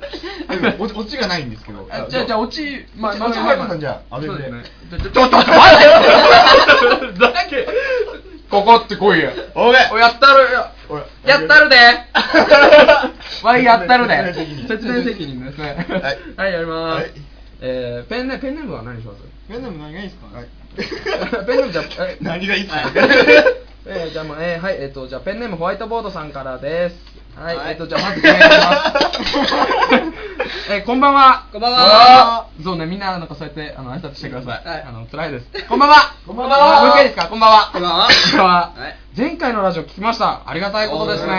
Speaker 5: でもオチオチがないんですけど。
Speaker 1: あじゃあ、じゃあ、オチ、まあ、
Speaker 5: オチ
Speaker 1: まあ
Speaker 5: オチ早くさんじゃあ
Speaker 1: そうですね
Speaker 5: あれ。
Speaker 1: ちょちょちょっと待ってだけここってこいや。
Speaker 5: おめ
Speaker 1: おやったるよ。
Speaker 5: おい
Speaker 2: やったるでわいやったるで
Speaker 1: 説明責任ですね。
Speaker 5: はい
Speaker 1: はい、やりま
Speaker 5: は
Speaker 1: す
Speaker 5: い。
Speaker 1: えーペンネ、ペンネームは何にします
Speaker 3: ペンネーム何がいいですか
Speaker 5: はい
Speaker 1: ペンネームじゃ、 え
Speaker 5: 何がいいっすか
Speaker 1: えー、じゃあもう、えー、はい、えっ、と、じゃあペンネームホワイトボードさんからです。はい、
Speaker 2: はい
Speaker 1: えっ、と、じゃあまずペンネームいき ます。えー、こんばんは。こんばんは。そうね、みんな、なんかそうやって、あの、挨拶してください。
Speaker 2: はい
Speaker 1: あの、辛いです。こんばんは。こんばんは。もう一回いいですかこんばんは。こんばんは。
Speaker 2: はい
Speaker 1: 前回のラジオ聞きました。ありがたいことですね。
Speaker 2: おー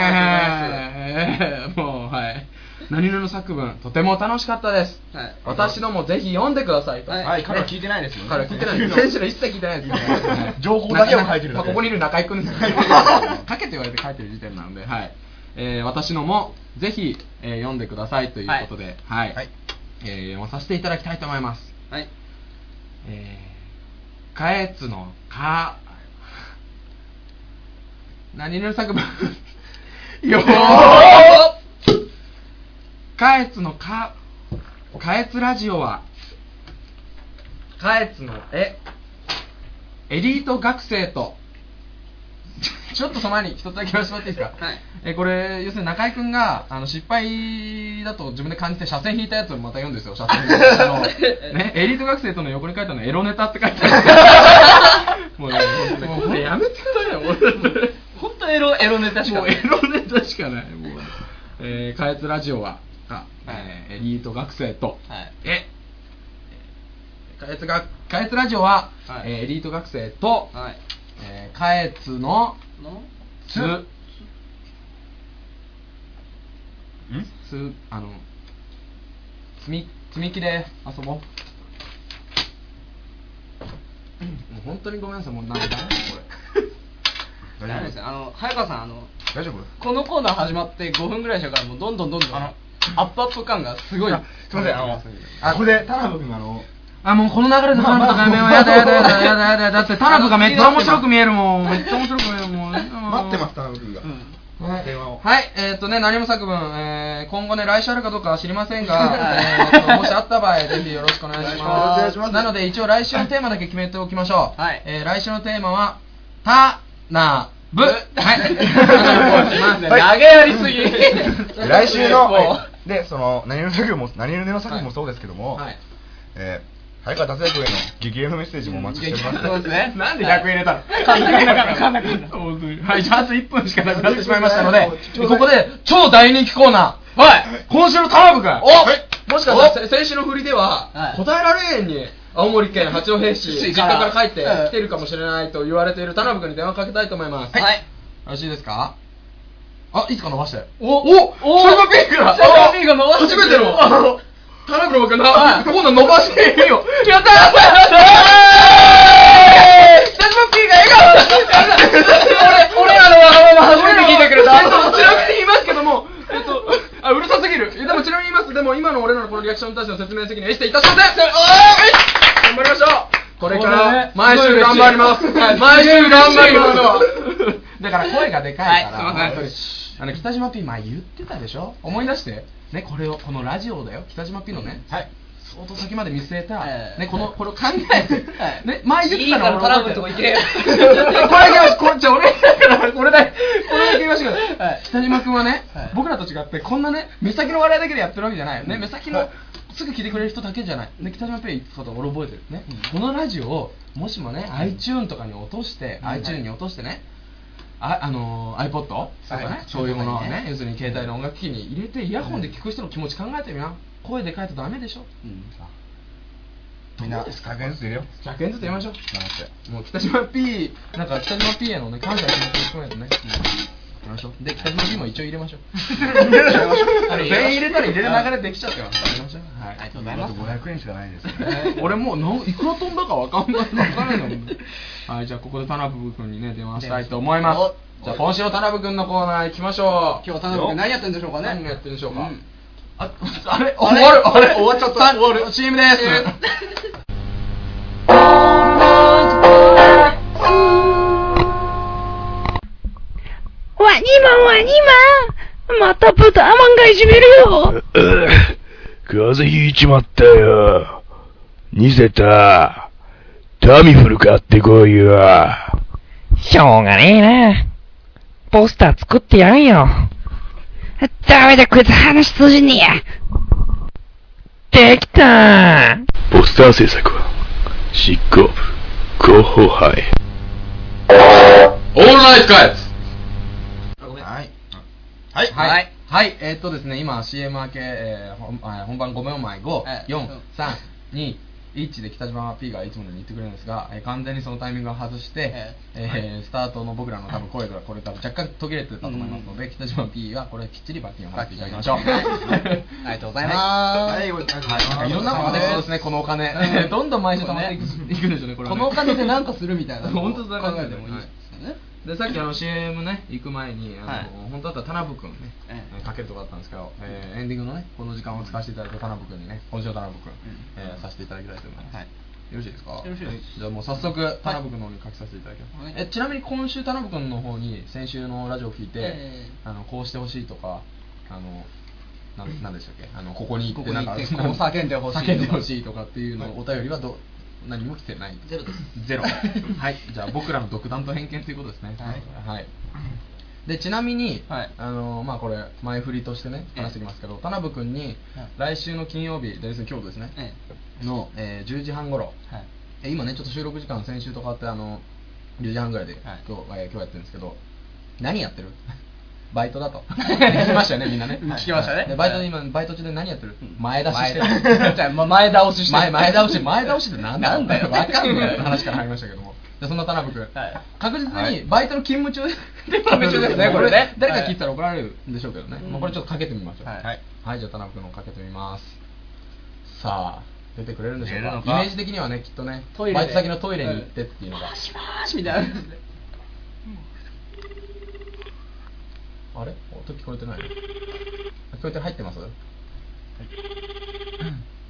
Speaker 1: えー もう、はい。何々の作文、とても楽しかったです。
Speaker 2: はい
Speaker 1: 私のもぜひ読んでくださいと。
Speaker 2: はい
Speaker 4: はい、彼は聞いてないですよね。
Speaker 1: から聞いてないです。 選手の一切聞いてないです から。
Speaker 5: 情報だけを書いてるだけ
Speaker 1: まあここにいる中 居君ですね。書けって言われて書いてる時点なんで、はい。えー私のもぜひ、えー読んでくださいということで、はい。
Speaker 5: はい
Speaker 1: えー読まさせていただきたいと思います。
Speaker 2: はい
Speaker 1: えー、かえつのか、何の作文 よーかえつのか、かえつラジオは、かえつのえ、エリート学生と、 ちょっとその前に一つだけ言わせてもらっていいですか、
Speaker 2: はい
Speaker 1: えーこれ、要するに中居君があの失敗だと自分で感じて、斜線引いたやつをまた読んでるんですよ、斜線引いたの ね、エリート学生との横に書いたの、エロネタって書いてあ るもうね、もうこれやめてく ださいよ、俺。
Speaker 2: 本当エロエロネタしか
Speaker 1: もうエロネタしかない。もう、えー、かえつラジオは、あ、えーエリート学生と、
Speaker 2: はい
Speaker 1: え、かえつが、かえつラジオは、
Speaker 2: はい
Speaker 1: えーエリート学生と、
Speaker 2: はい
Speaker 1: えー、かえつの、
Speaker 2: の
Speaker 1: つ、つ、あの、積み、積み木で遊ぼう。もう本当にごめんなさい、もうなんか、こ れ。
Speaker 5: 大
Speaker 2: ダメ
Speaker 5: 丈
Speaker 2: です
Speaker 5: 夫
Speaker 2: よあの早川さんあの
Speaker 5: 大丈夫
Speaker 2: このコーナー始まって5分ぐらいでしょうからもうどんどんどんどん
Speaker 5: あ
Speaker 2: アップアップ感がすごい
Speaker 5: あすいません、あの、あここで田辺君あの、
Speaker 1: あ、もうこの流れでタラブとかやめよう。やだやだやだやだやだやだ。だってタラブがめっちゃ面白く見え るもん。めっちゃ面白く見えるもん。
Speaker 5: 待
Speaker 1: 待
Speaker 5: ってます、田辺君が。電話を
Speaker 1: はい、えっ、とね、何も作文、えー、今後ね、来週あるかどうかは知りませ んが、えーともしあった場合、ぜひよろしくお願いします。
Speaker 5: お願いします
Speaker 1: なので、一応来週のテーマだけ決めておきましょう。
Speaker 2: はい
Speaker 1: えー来週のテーマは、た、な、ぶ。 はい。
Speaker 2: 投げやりすぎ
Speaker 5: 来週の
Speaker 2: もう、
Speaker 5: で、その、何々の作業も、何々の作業もそうですけども、
Speaker 1: はい。
Speaker 5: えー
Speaker 4: 早川達也君への激励のメッセージもお待ちしております
Speaker 2: そうですね。
Speaker 1: なんで100円入れたの
Speaker 2: 考えなかった考えなかった
Speaker 1: 本当にはい、じゃああと1分しかなくなってしまいましたので、ここで超大人気コーナー、はい、今週のターブ君、おもしかしたらせ先週の振りでは、
Speaker 2: はい
Speaker 1: 答えられへんに、青森県八戸市、
Speaker 2: 市
Speaker 1: 実家
Speaker 2: から
Speaker 1: から帰って
Speaker 2: うん
Speaker 1: 来てるかもしれないと言われている田辺君に電話かけたいと思います。
Speaker 2: はい
Speaker 1: よろしいですかあ、いつか伸ばして。
Speaker 2: お
Speaker 1: おシャカピークだ
Speaker 2: シャカピークが伸ばして
Speaker 1: 初めての、あの、田辺君
Speaker 2: は
Speaker 1: が
Speaker 2: い
Speaker 1: コーナー伸ばしていいよ。
Speaker 2: やったーやったー北島 P が笑顔俺、俺らのわがまま初めて聞いてくれ
Speaker 1: えっとちなみに言いま
Speaker 2: た
Speaker 1: すけども、えっと、あ、うるさすぎる。えでもちなみに言います。でも今の俺らのこのリアクションに対しての説明責任は一切いたしません。頑張りましょう。これから毎週頑張ります。はい毎週頑張ります。だから声がでかいから、
Speaker 2: はいすいません
Speaker 1: 本当にあの北島 P 前言ってたでしょ思い出してねこれをこのラジオだよ北島 P のね、
Speaker 2: はい
Speaker 1: 相当先まで見据えた、
Speaker 2: ええ
Speaker 1: ねこのこれを考えて、
Speaker 2: はい
Speaker 1: ね前言ってたの
Speaker 2: いいからトラブルとこ行けよ
Speaker 1: これだけ はこれじゃあ俺だからこれだこれだけ言わせてください、
Speaker 2: はい
Speaker 1: 北島君はね、
Speaker 2: はい
Speaker 1: 僕らと違ってこんなね目先の笑いだけでやってるわけじゃないね目先の、すぐ聞いてくれる人だけじゃない、ね、北島ペイ言ってたこと俺覚えてるね、このラジオをもしもね、iTune とかに落として、iTune に落としてね、ああのー iPod とかね、そういうものをね要するに携帯の音楽機器に入れてイヤホンで聞く人の気持ち考えてみな、声でかいとダメでしょ
Speaker 4: みんな100円ずつ入れよう
Speaker 1: 100円ずつやりましょ
Speaker 4: 頑張って
Speaker 1: うもう北島 P なんか北島 P へのね感謝の気持ちを込めてね、やりましょうで北島 P も一応入れましょうあの全員入れたら入れる流れできちゃってますから入れましょうはい
Speaker 2: ありがとうござい
Speaker 4: あ
Speaker 2: ま
Speaker 4: と
Speaker 2: す。
Speaker 4: 500円しかないですね
Speaker 1: えー俺もうなんいくら飛んだかわかんないわかんないのもんねはいじゃあここで田辺君にね電話したいと思いますじゃあ今週の田辺君のコーナー行きましょう
Speaker 2: 今日田辺君何やってんでしょうかね。
Speaker 1: 何がやってるんでしょうか、
Speaker 2: ん
Speaker 1: ああれ終わるあれ終わっちゃった終わる CM です
Speaker 6: ワニマワニマまたブタマンがいじめるよ
Speaker 7: うう風邪ひいちまったよ。ニセタ、タミフル買ってこいよ。
Speaker 8: しょうがねえな。ポスター作ってやるよ。
Speaker 6: ダメだこいつ話通じね
Speaker 8: できたー
Speaker 7: ポスター制作は、執行部、広報杯。
Speaker 1: オールナイトカイツ
Speaker 5: はい。はい。
Speaker 1: はい、
Speaker 2: は
Speaker 1: はいいえーっとですね今 CM 明け、えー本あー本番5秒前
Speaker 2: はい
Speaker 1: 54321で北島 P がいつものように言ってくれるんですが、えー完全にそのタイミングを外して、
Speaker 2: え
Speaker 1: えースタートの僕らの多分声がこれ多分若干途切れてたと思いますので、北島 P はこれきっちり罰金を払っていただきましょう。
Speaker 2: 罰金はいありがとうございます
Speaker 1: は
Speaker 5: はいい、お疲れ様です
Speaker 1: いろんなものね、そうですね、このお金、 どんどん毎週貯まっていくいくんでしょうね、これは
Speaker 2: こ
Speaker 1: ね
Speaker 2: のお金で何かするみたいな。
Speaker 1: 本当だ
Speaker 2: 考えてもいいですよね。
Speaker 1: でさっきあの CM ね行く前にあの、
Speaker 2: はい
Speaker 1: 本当だったら田辺君ね、
Speaker 2: ええ
Speaker 1: かけるとこだったんですけど、えーエンディングのねこの時間を使わせていただいた田辺君にね今週の田辺君、えーさせていただきたいと思います、
Speaker 2: はい
Speaker 1: よろしいですかよ
Speaker 2: ろしいです
Speaker 1: じゃあもう早速田辺君の方に書きさせていただきます、
Speaker 2: はい
Speaker 1: えちなみに今週田辺君の方に先週のラジオを聞いて、
Speaker 2: ええ
Speaker 1: あのこうしてほしいとかあのなんなんでしたっけあのここに行っ
Speaker 2: ここ
Speaker 1: て
Speaker 2: に
Speaker 1: なんか
Speaker 2: 行ってこう叫んでほしいとか
Speaker 1: 叫んでほしいとかっていうのお便りはど何も来てない
Speaker 9: ゼロです
Speaker 1: ゼロ。はい。じゃあ僕らの独断と偏見ということですね。はい。でちなみに、
Speaker 2: はい
Speaker 1: あのーまあこれ前振りとしてね
Speaker 2: ええ
Speaker 1: 話してきますけど、田辺君に来週の金曜日、で要するに今日ですね、
Speaker 2: え
Speaker 1: の、えー10時半頃、
Speaker 2: えはい。
Speaker 1: え今ねちょっと収録時間先週と変わってあの10時半ぐらいで、今日、えー今日やってるんですけど、何やってる？ バイトだ と聞きましたよねみんなね。
Speaker 2: 聞きましたね
Speaker 1: はいでバイトで今バイト中で何やってる？前出しして
Speaker 2: 前
Speaker 1: る。
Speaker 2: じゃあま前倒ししてる
Speaker 1: 前前倒し前倒しってなんだ
Speaker 2: なんだよ
Speaker 1: わかんない話から入りましたけども。じゃあそんな田辺君、
Speaker 2: はい
Speaker 1: 確実にバイトの勤務中で
Speaker 2: 勤務中です ねこれね
Speaker 1: 誰か聞いたら怒られるんでしょうけどね。まあこれちょっとかけてみましょう。
Speaker 2: はい
Speaker 4: はい
Speaker 1: はい、じゃあ田辺君のかけてみます。さあ、出てくれるんでしょう
Speaker 4: 出る
Speaker 1: か
Speaker 4: の。か
Speaker 1: イメージ的にはね、きっとね、
Speaker 2: トイレで
Speaker 1: バイト先のトイレに行ってっていうのが。
Speaker 2: あしみたいな。
Speaker 1: あれ音聞こえてない聞こえて入ってます、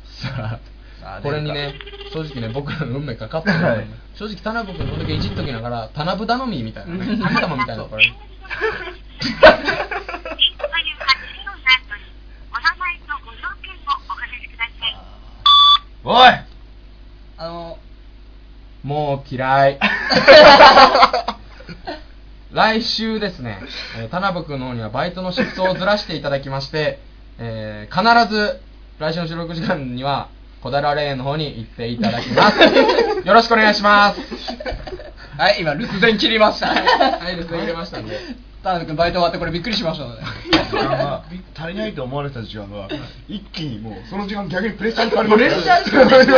Speaker 1: さ
Speaker 4: さ
Speaker 1: あ
Speaker 4: あ
Speaker 1: これにね正直ね僕らの運命かかってるの
Speaker 4: はい
Speaker 1: 正直田辺君これだけいじっときながら田辺頼みみたいなね神様みたいなこ れ
Speaker 4: おい
Speaker 2: あの、
Speaker 1: もう嫌 い来週ですね、えー田辺君の方にはバイトのシフトをずらしていただきまして、えー必ず来週の収録時間には
Speaker 2: 小だらレーンの方に行っていただき ます。よろしくお願いします。はい、今、留守電切りました。はい、留守電切れましたんで。田辺君、バイト終わってこれびっくりしましたので。
Speaker 5: 時間が足りないと思われた時間が一気にもうその時間逆にプレッシャーに変わりましたプレッシャ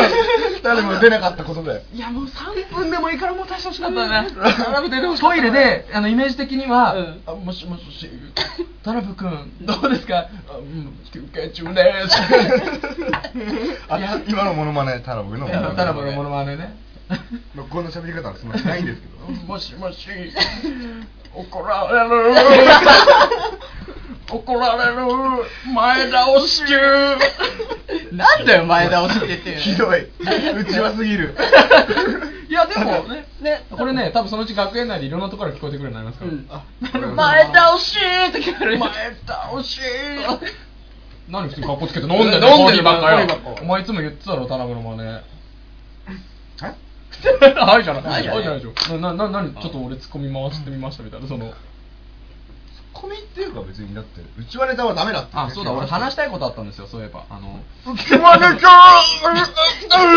Speaker 5: ー誰も出なかったことで
Speaker 1: いやもう3分でもいいからもう足してほしかったなトイレであのイメージ的には「あもしもし田辺君どうですかあうん休憩中です」
Speaker 5: あ今のモノマネタラボのモノマネ
Speaker 1: 田辺のモノマネね
Speaker 5: まあこんな喋り方はそんなしないんですけど
Speaker 1: もしもし怒られる怒られる前倒し中
Speaker 2: なんだよ、前倒しって言ってる。
Speaker 5: ひどいうちわすぎる
Speaker 1: いやでもねこれね多分そのうち学園内でいろんなところから聞こえてくるようになりますから、
Speaker 2: うん
Speaker 1: 前
Speaker 2: 倒しーって聞こえる。
Speaker 1: 倒し何普通にカッコつけて飲んでんの
Speaker 2: 飲んで
Speaker 1: ボディ
Speaker 2: んの
Speaker 1: ばっか
Speaker 2: ボディばっ
Speaker 1: よ
Speaker 2: か
Speaker 1: お前いつも言ってたろ田辺の真似えはい じゃないはいじゃないでしょなな何ちょっと俺ツッコミ回してみましたみたいなその
Speaker 5: コミっていうか別にだってうちわネタはダメだって
Speaker 2: あ、そうだ、俺話したいことあったんですよ、そういえば。あの、
Speaker 5: うちわネタ
Speaker 1: こ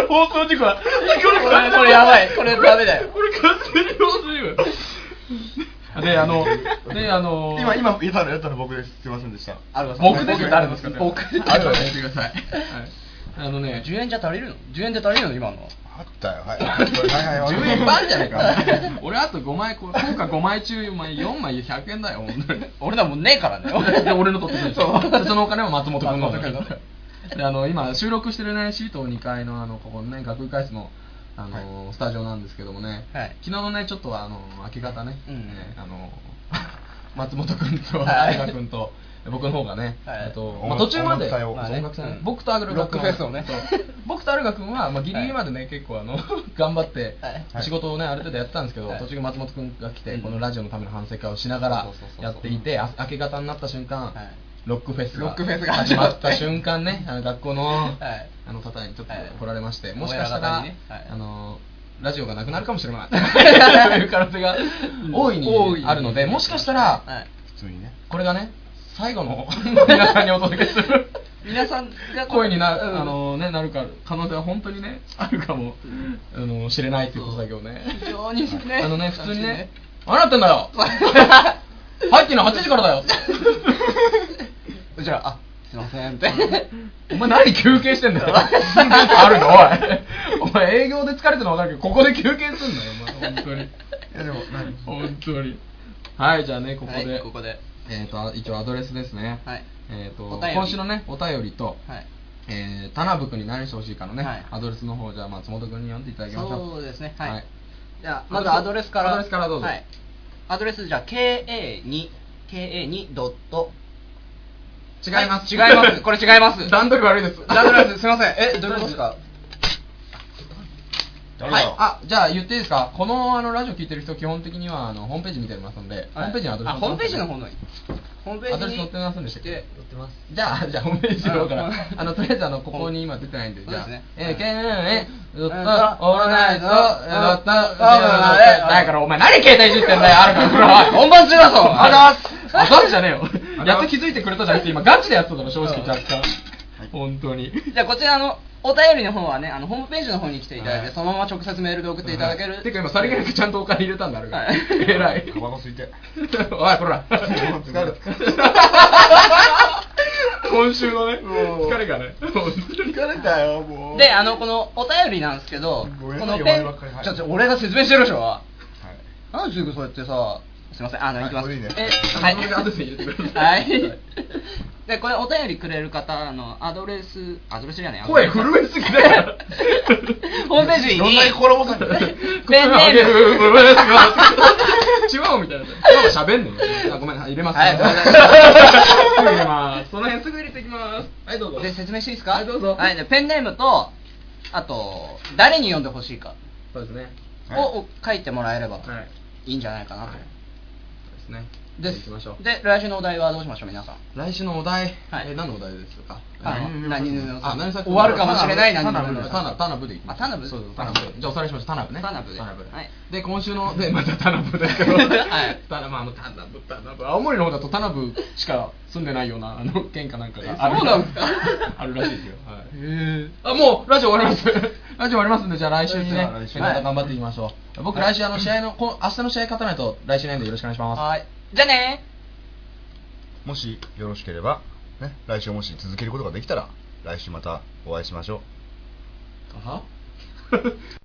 Speaker 1: れ放送事故だこ
Speaker 2: これこれやばいこれダメだよ
Speaker 1: これ完全に放送事故だであのであの
Speaker 5: 今今言ったのやったの僕ですすいませんでした
Speaker 2: アルガさん
Speaker 1: 僕ですよ誰ですか
Speaker 2: 僕
Speaker 1: あと
Speaker 2: は
Speaker 1: やめてください、はい、あのね
Speaker 2: 10円じゃ足りるの ?10 円で足りるの今の。
Speaker 5: あったよはいはいはい
Speaker 2: 10円バンじゃねえか。
Speaker 1: 俺あと5枚こう今回5枚中お前4枚100円だよ本当に
Speaker 2: 俺らもうねえからね。
Speaker 1: で 俺の取ってくるでしょ
Speaker 2: そう
Speaker 1: でそのお金も松本君の
Speaker 2: 松本君
Speaker 1: であの今収録してるねシート2階のあのここのね学位会室のあの、スタジオなんですけどもね、
Speaker 2: はい
Speaker 1: 昨日のねちょっとあの明け方ね、
Speaker 2: うん
Speaker 1: えーあの 松本君と
Speaker 2: は
Speaker 1: 大
Speaker 2: い
Speaker 1: 賀君と僕の方がね、
Speaker 2: はい
Speaker 1: えっと
Speaker 5: 音楽
Speaker 1: まあ、途中まで、
Speaker 5: 音楽会を
Speaker 1: まあね
Speaker 5: 音
Speaker 2: 楽祭
Speaker 1: うん僕とアルガ君は
Speaker 2: ロックフェスをね
Speaker 1: そう僕とアルガ君は、まあ、ギリギリまでね、結構あの 頑張って、
Speaker 2: はい
Speaker 1: 仕事をねある程度やってたんですけど、
Speaker 2: はい
Speaker 1: 途中松本君が来て、
Speaker 2: うん
Speaker 1: このラジオのための反省会をしながら
Speaker 2: そうそうそうそう
Speaker 1: やっていてあ明け方になった瞬間、
Speaker 2: はい
Speaker 1: ロックフェス
Speaker 2: ロ
Speaker 1: が
Speaker 2: ックフェスが
Speaker 1: 始
Speaker 2: 始
Speaker 1: ま
Speaker 2: ま
Speaker 1: っ
Speaker 2: ったて
Speaker 1: 瞬間 ねあの学校の,、
Speaker 2: はい
Speaker 1: あの方にちょっと
Speaker 2: はい
Speaker 1: 来られまして、もしかした
Speaker 2: 親
Speaker 1: ら、
Speaker 2: 方にねはい
Speaker 1: あのラジオがなくなるかもしれ ないという可能性が大いにあるのでもしかしたら、
Speaker 2: はい。
Speaker 5: 普通にね
Speaker 1: これがね最後 の皆さんにお届けする
Speaker 2: 皆さんが
Speaker 1: 声にな,、
Speaker 2: うん
Speaker 1: あ のね、なるか可能性は本当にねあるかも、あの知れないということだけどね
Speaker 2: 非常にね。
Speaker 1: あのね、普通にね、何やってんだ よ入ってんの8時からだよ
Speaker 2: じゃあ、あ、すいませんって。
Speaker 1: お前何休憩してんだ よあるのおいお前営業で疲れてるの分かるけど、ここで休憩すんのよ、お前、本当に。
Speaker 5: いやでも何
Speaker 1: 本当に。はい、じゃあね、ここで。
Speaker 2: はいここで。
Speaker 1: えっ、と、一応アドレスですね。
Speaker 2: はい
Speaker 1: えっ、と
Speaker 2: お便り
Speaker 1: 今週のね、お便りと、
Speaker 2: はい。
Speaker 1: えー、田辺君に何してほしいかのね、
Speaker 2: はい
Speaker 1: アドレスの方、じゃあ松本君に読んでいただきましょう。
Speaker 2: そうですねはい
Speaker 1: はい
Speaker 2: じゃあまずアドレスから
Speaker 1: アドレスからどうぞ
Speaker 2: はい、アドレスじゃあ KA2 KA2 ドット
Speaker 1: 違います、
Speaker 2: はい違いますこれ違います
Speaker 1: 段取り悪いです。
Speaker 2: ダブルですすいませんえどういうことですか
Speaker 5: 誰
Speaker 1: は
Speaker 5: だ
Speaker 1: い
Speaker 5: ろう、
Speaker 1: あじゃあ言っていいですか、このあのラジオ聞いてる人、基本的にはあのホームページ見てますので、ホームページのアドレス
Speaker 2: あホームページの方のホームページに
Speaker 1: アドレス載ってますんでしたっけ
Speaker 9: 売ってます
Speaker 1: じゃあ、じゃあ ホームページの方から
Speaker 2: あ、
Speaker 1: あのとりあえずあのここに今出てないんで、じゃあ、
Speaker 2: そうですね
Speaker 1: えー、けんえ、ドット、オ
Speaker 2: うん
Speaker 1: ールナイト、ドット、
Speaker 2: うんうん
Speaker 1: だからお前、何携帯いじってんだよ、あるから、ほら、本番中だぞ、あざっす、あざっすじゃねえよ、やっと気づいてくれたじゃなくて、今、ガチでやってたの、正直、若干、本当に。
Speaker 2: じゃあこちらのお便りの方はねあのホームページの方に来ていただいて、
Speaker 1: はい
Speaker 2: そのまま直接メールで送っていただける、
Speaker 1: てか今、さりげなくちゃんとお金入れたんだ、あるから、
Speaker 2: はい
Speaker 1: 偉い
Speaker 5: タ。バコ吸いて
Speaker 1: おい、こら。
Speaker 5: もう疲れた
Speaker 1: 今週のね、
Speaker 5: もう
Speaker 1: 疲れがね。
Speaker 5: 疲れたよもう
Speaker 2: であのこのお便りなんですけど
Speaker 5: ごめん
Speaker 2: こ
Speaker 5: なさい
Speaker 2: のペ
Speaker 5: 弱
Speaker 2: ン
Speaker 5: いばっかりはい
Speaker 2: ちょちょ俺が説明してるでしょ
Speaker 5: はい
Speaker 2: なんですぐそうやってさすいませんあの、
Speaker 5: はい
Speaker 2: い、きま
Speaker 5: こ
Speaker 2: す
Speaker 5: れいいね
Speaker 2: え
Speaker 1: あの
Speaker 2: はい
Speaker 1: これ後で入れてくださ
Speaker 2: はいいでこれお便りくれる方のアドレスアドレスじゃない
Speaker 1: 声震えすぎだよ。
Speaker 2: ホームページに
Speaker 5: どんなに心細い
Speaker 2: ペンネーム
Speaker 1: ム。チワワみたいな。チワワ喋んのよ。あごめん、入れます。
Speaker 2: はい
Speaker 1: す
Speaker 2: ごめんなさ
Speaker 1: ぐ
Speaker 2: い
Speaker 1: 入れます。その辺すぐ入れてきます。はい、どうぞ。
Speaker 2: で説明していいですか
Speaker 1: はいどうぞ
Speaker 2: はい、でペンネームとあと誰に読んでほしいか
Speaker 1: そうですね。
Speaker 5: はい
Speaker 2: を書いてもらえれば
Speaker 1: はい。
Speaker 2: いいんじゃないかなと、
Speaker 1: はいそうですね。
Speaker 2: です
Speaker 1: 行きましょう
Speaker 2: で来週のお題はどうしましょう皆さん
Speaker 1: 来週のお題、
Speaker 2: はい
Speaker 1: え何のお題ですか
Speaker 2: あの何々の
Speaker 1: あ何々さん
Speaker 2: 終わるかもしれない
Speaker 1: タナ
Speaker 2: 何
Speaker 1: ブ
Speaker 2: 々の
Speaker 1: タナタナブでいきます
Speaker 2: あタナブ
Speaker 1: そうそうタナブでじゃあおさらいしましょうタナブね
Speaker 2: タナブで
Speaker 1: タナブで,、
Speaker 2: はい
Speaker 1: で今週のでまたタナブですけ ど、
Speaker 2: はい
Speaker 1: タナまああのタナブタナブ青森の方だとタナブしか住んでないようなあの県かなんかがある
Speaker 2: そうなんですか
Speaker 1: あるらしいですよ、はい、あもうラジオ終わります ラジオ終わりますんでじゃあ来週にね
Speaker 5: 来週
Speaker 1: また頑張っていきましょう、僕来週あの試合のこん明日の試合勝たないと来週ないんでよろしくお願いします
Speaker 2: はいじゃあね
Speaker 5: もしよろしければ、ね、来週もし続けることができたら来週またお会いしましょう
Speaker 1: あは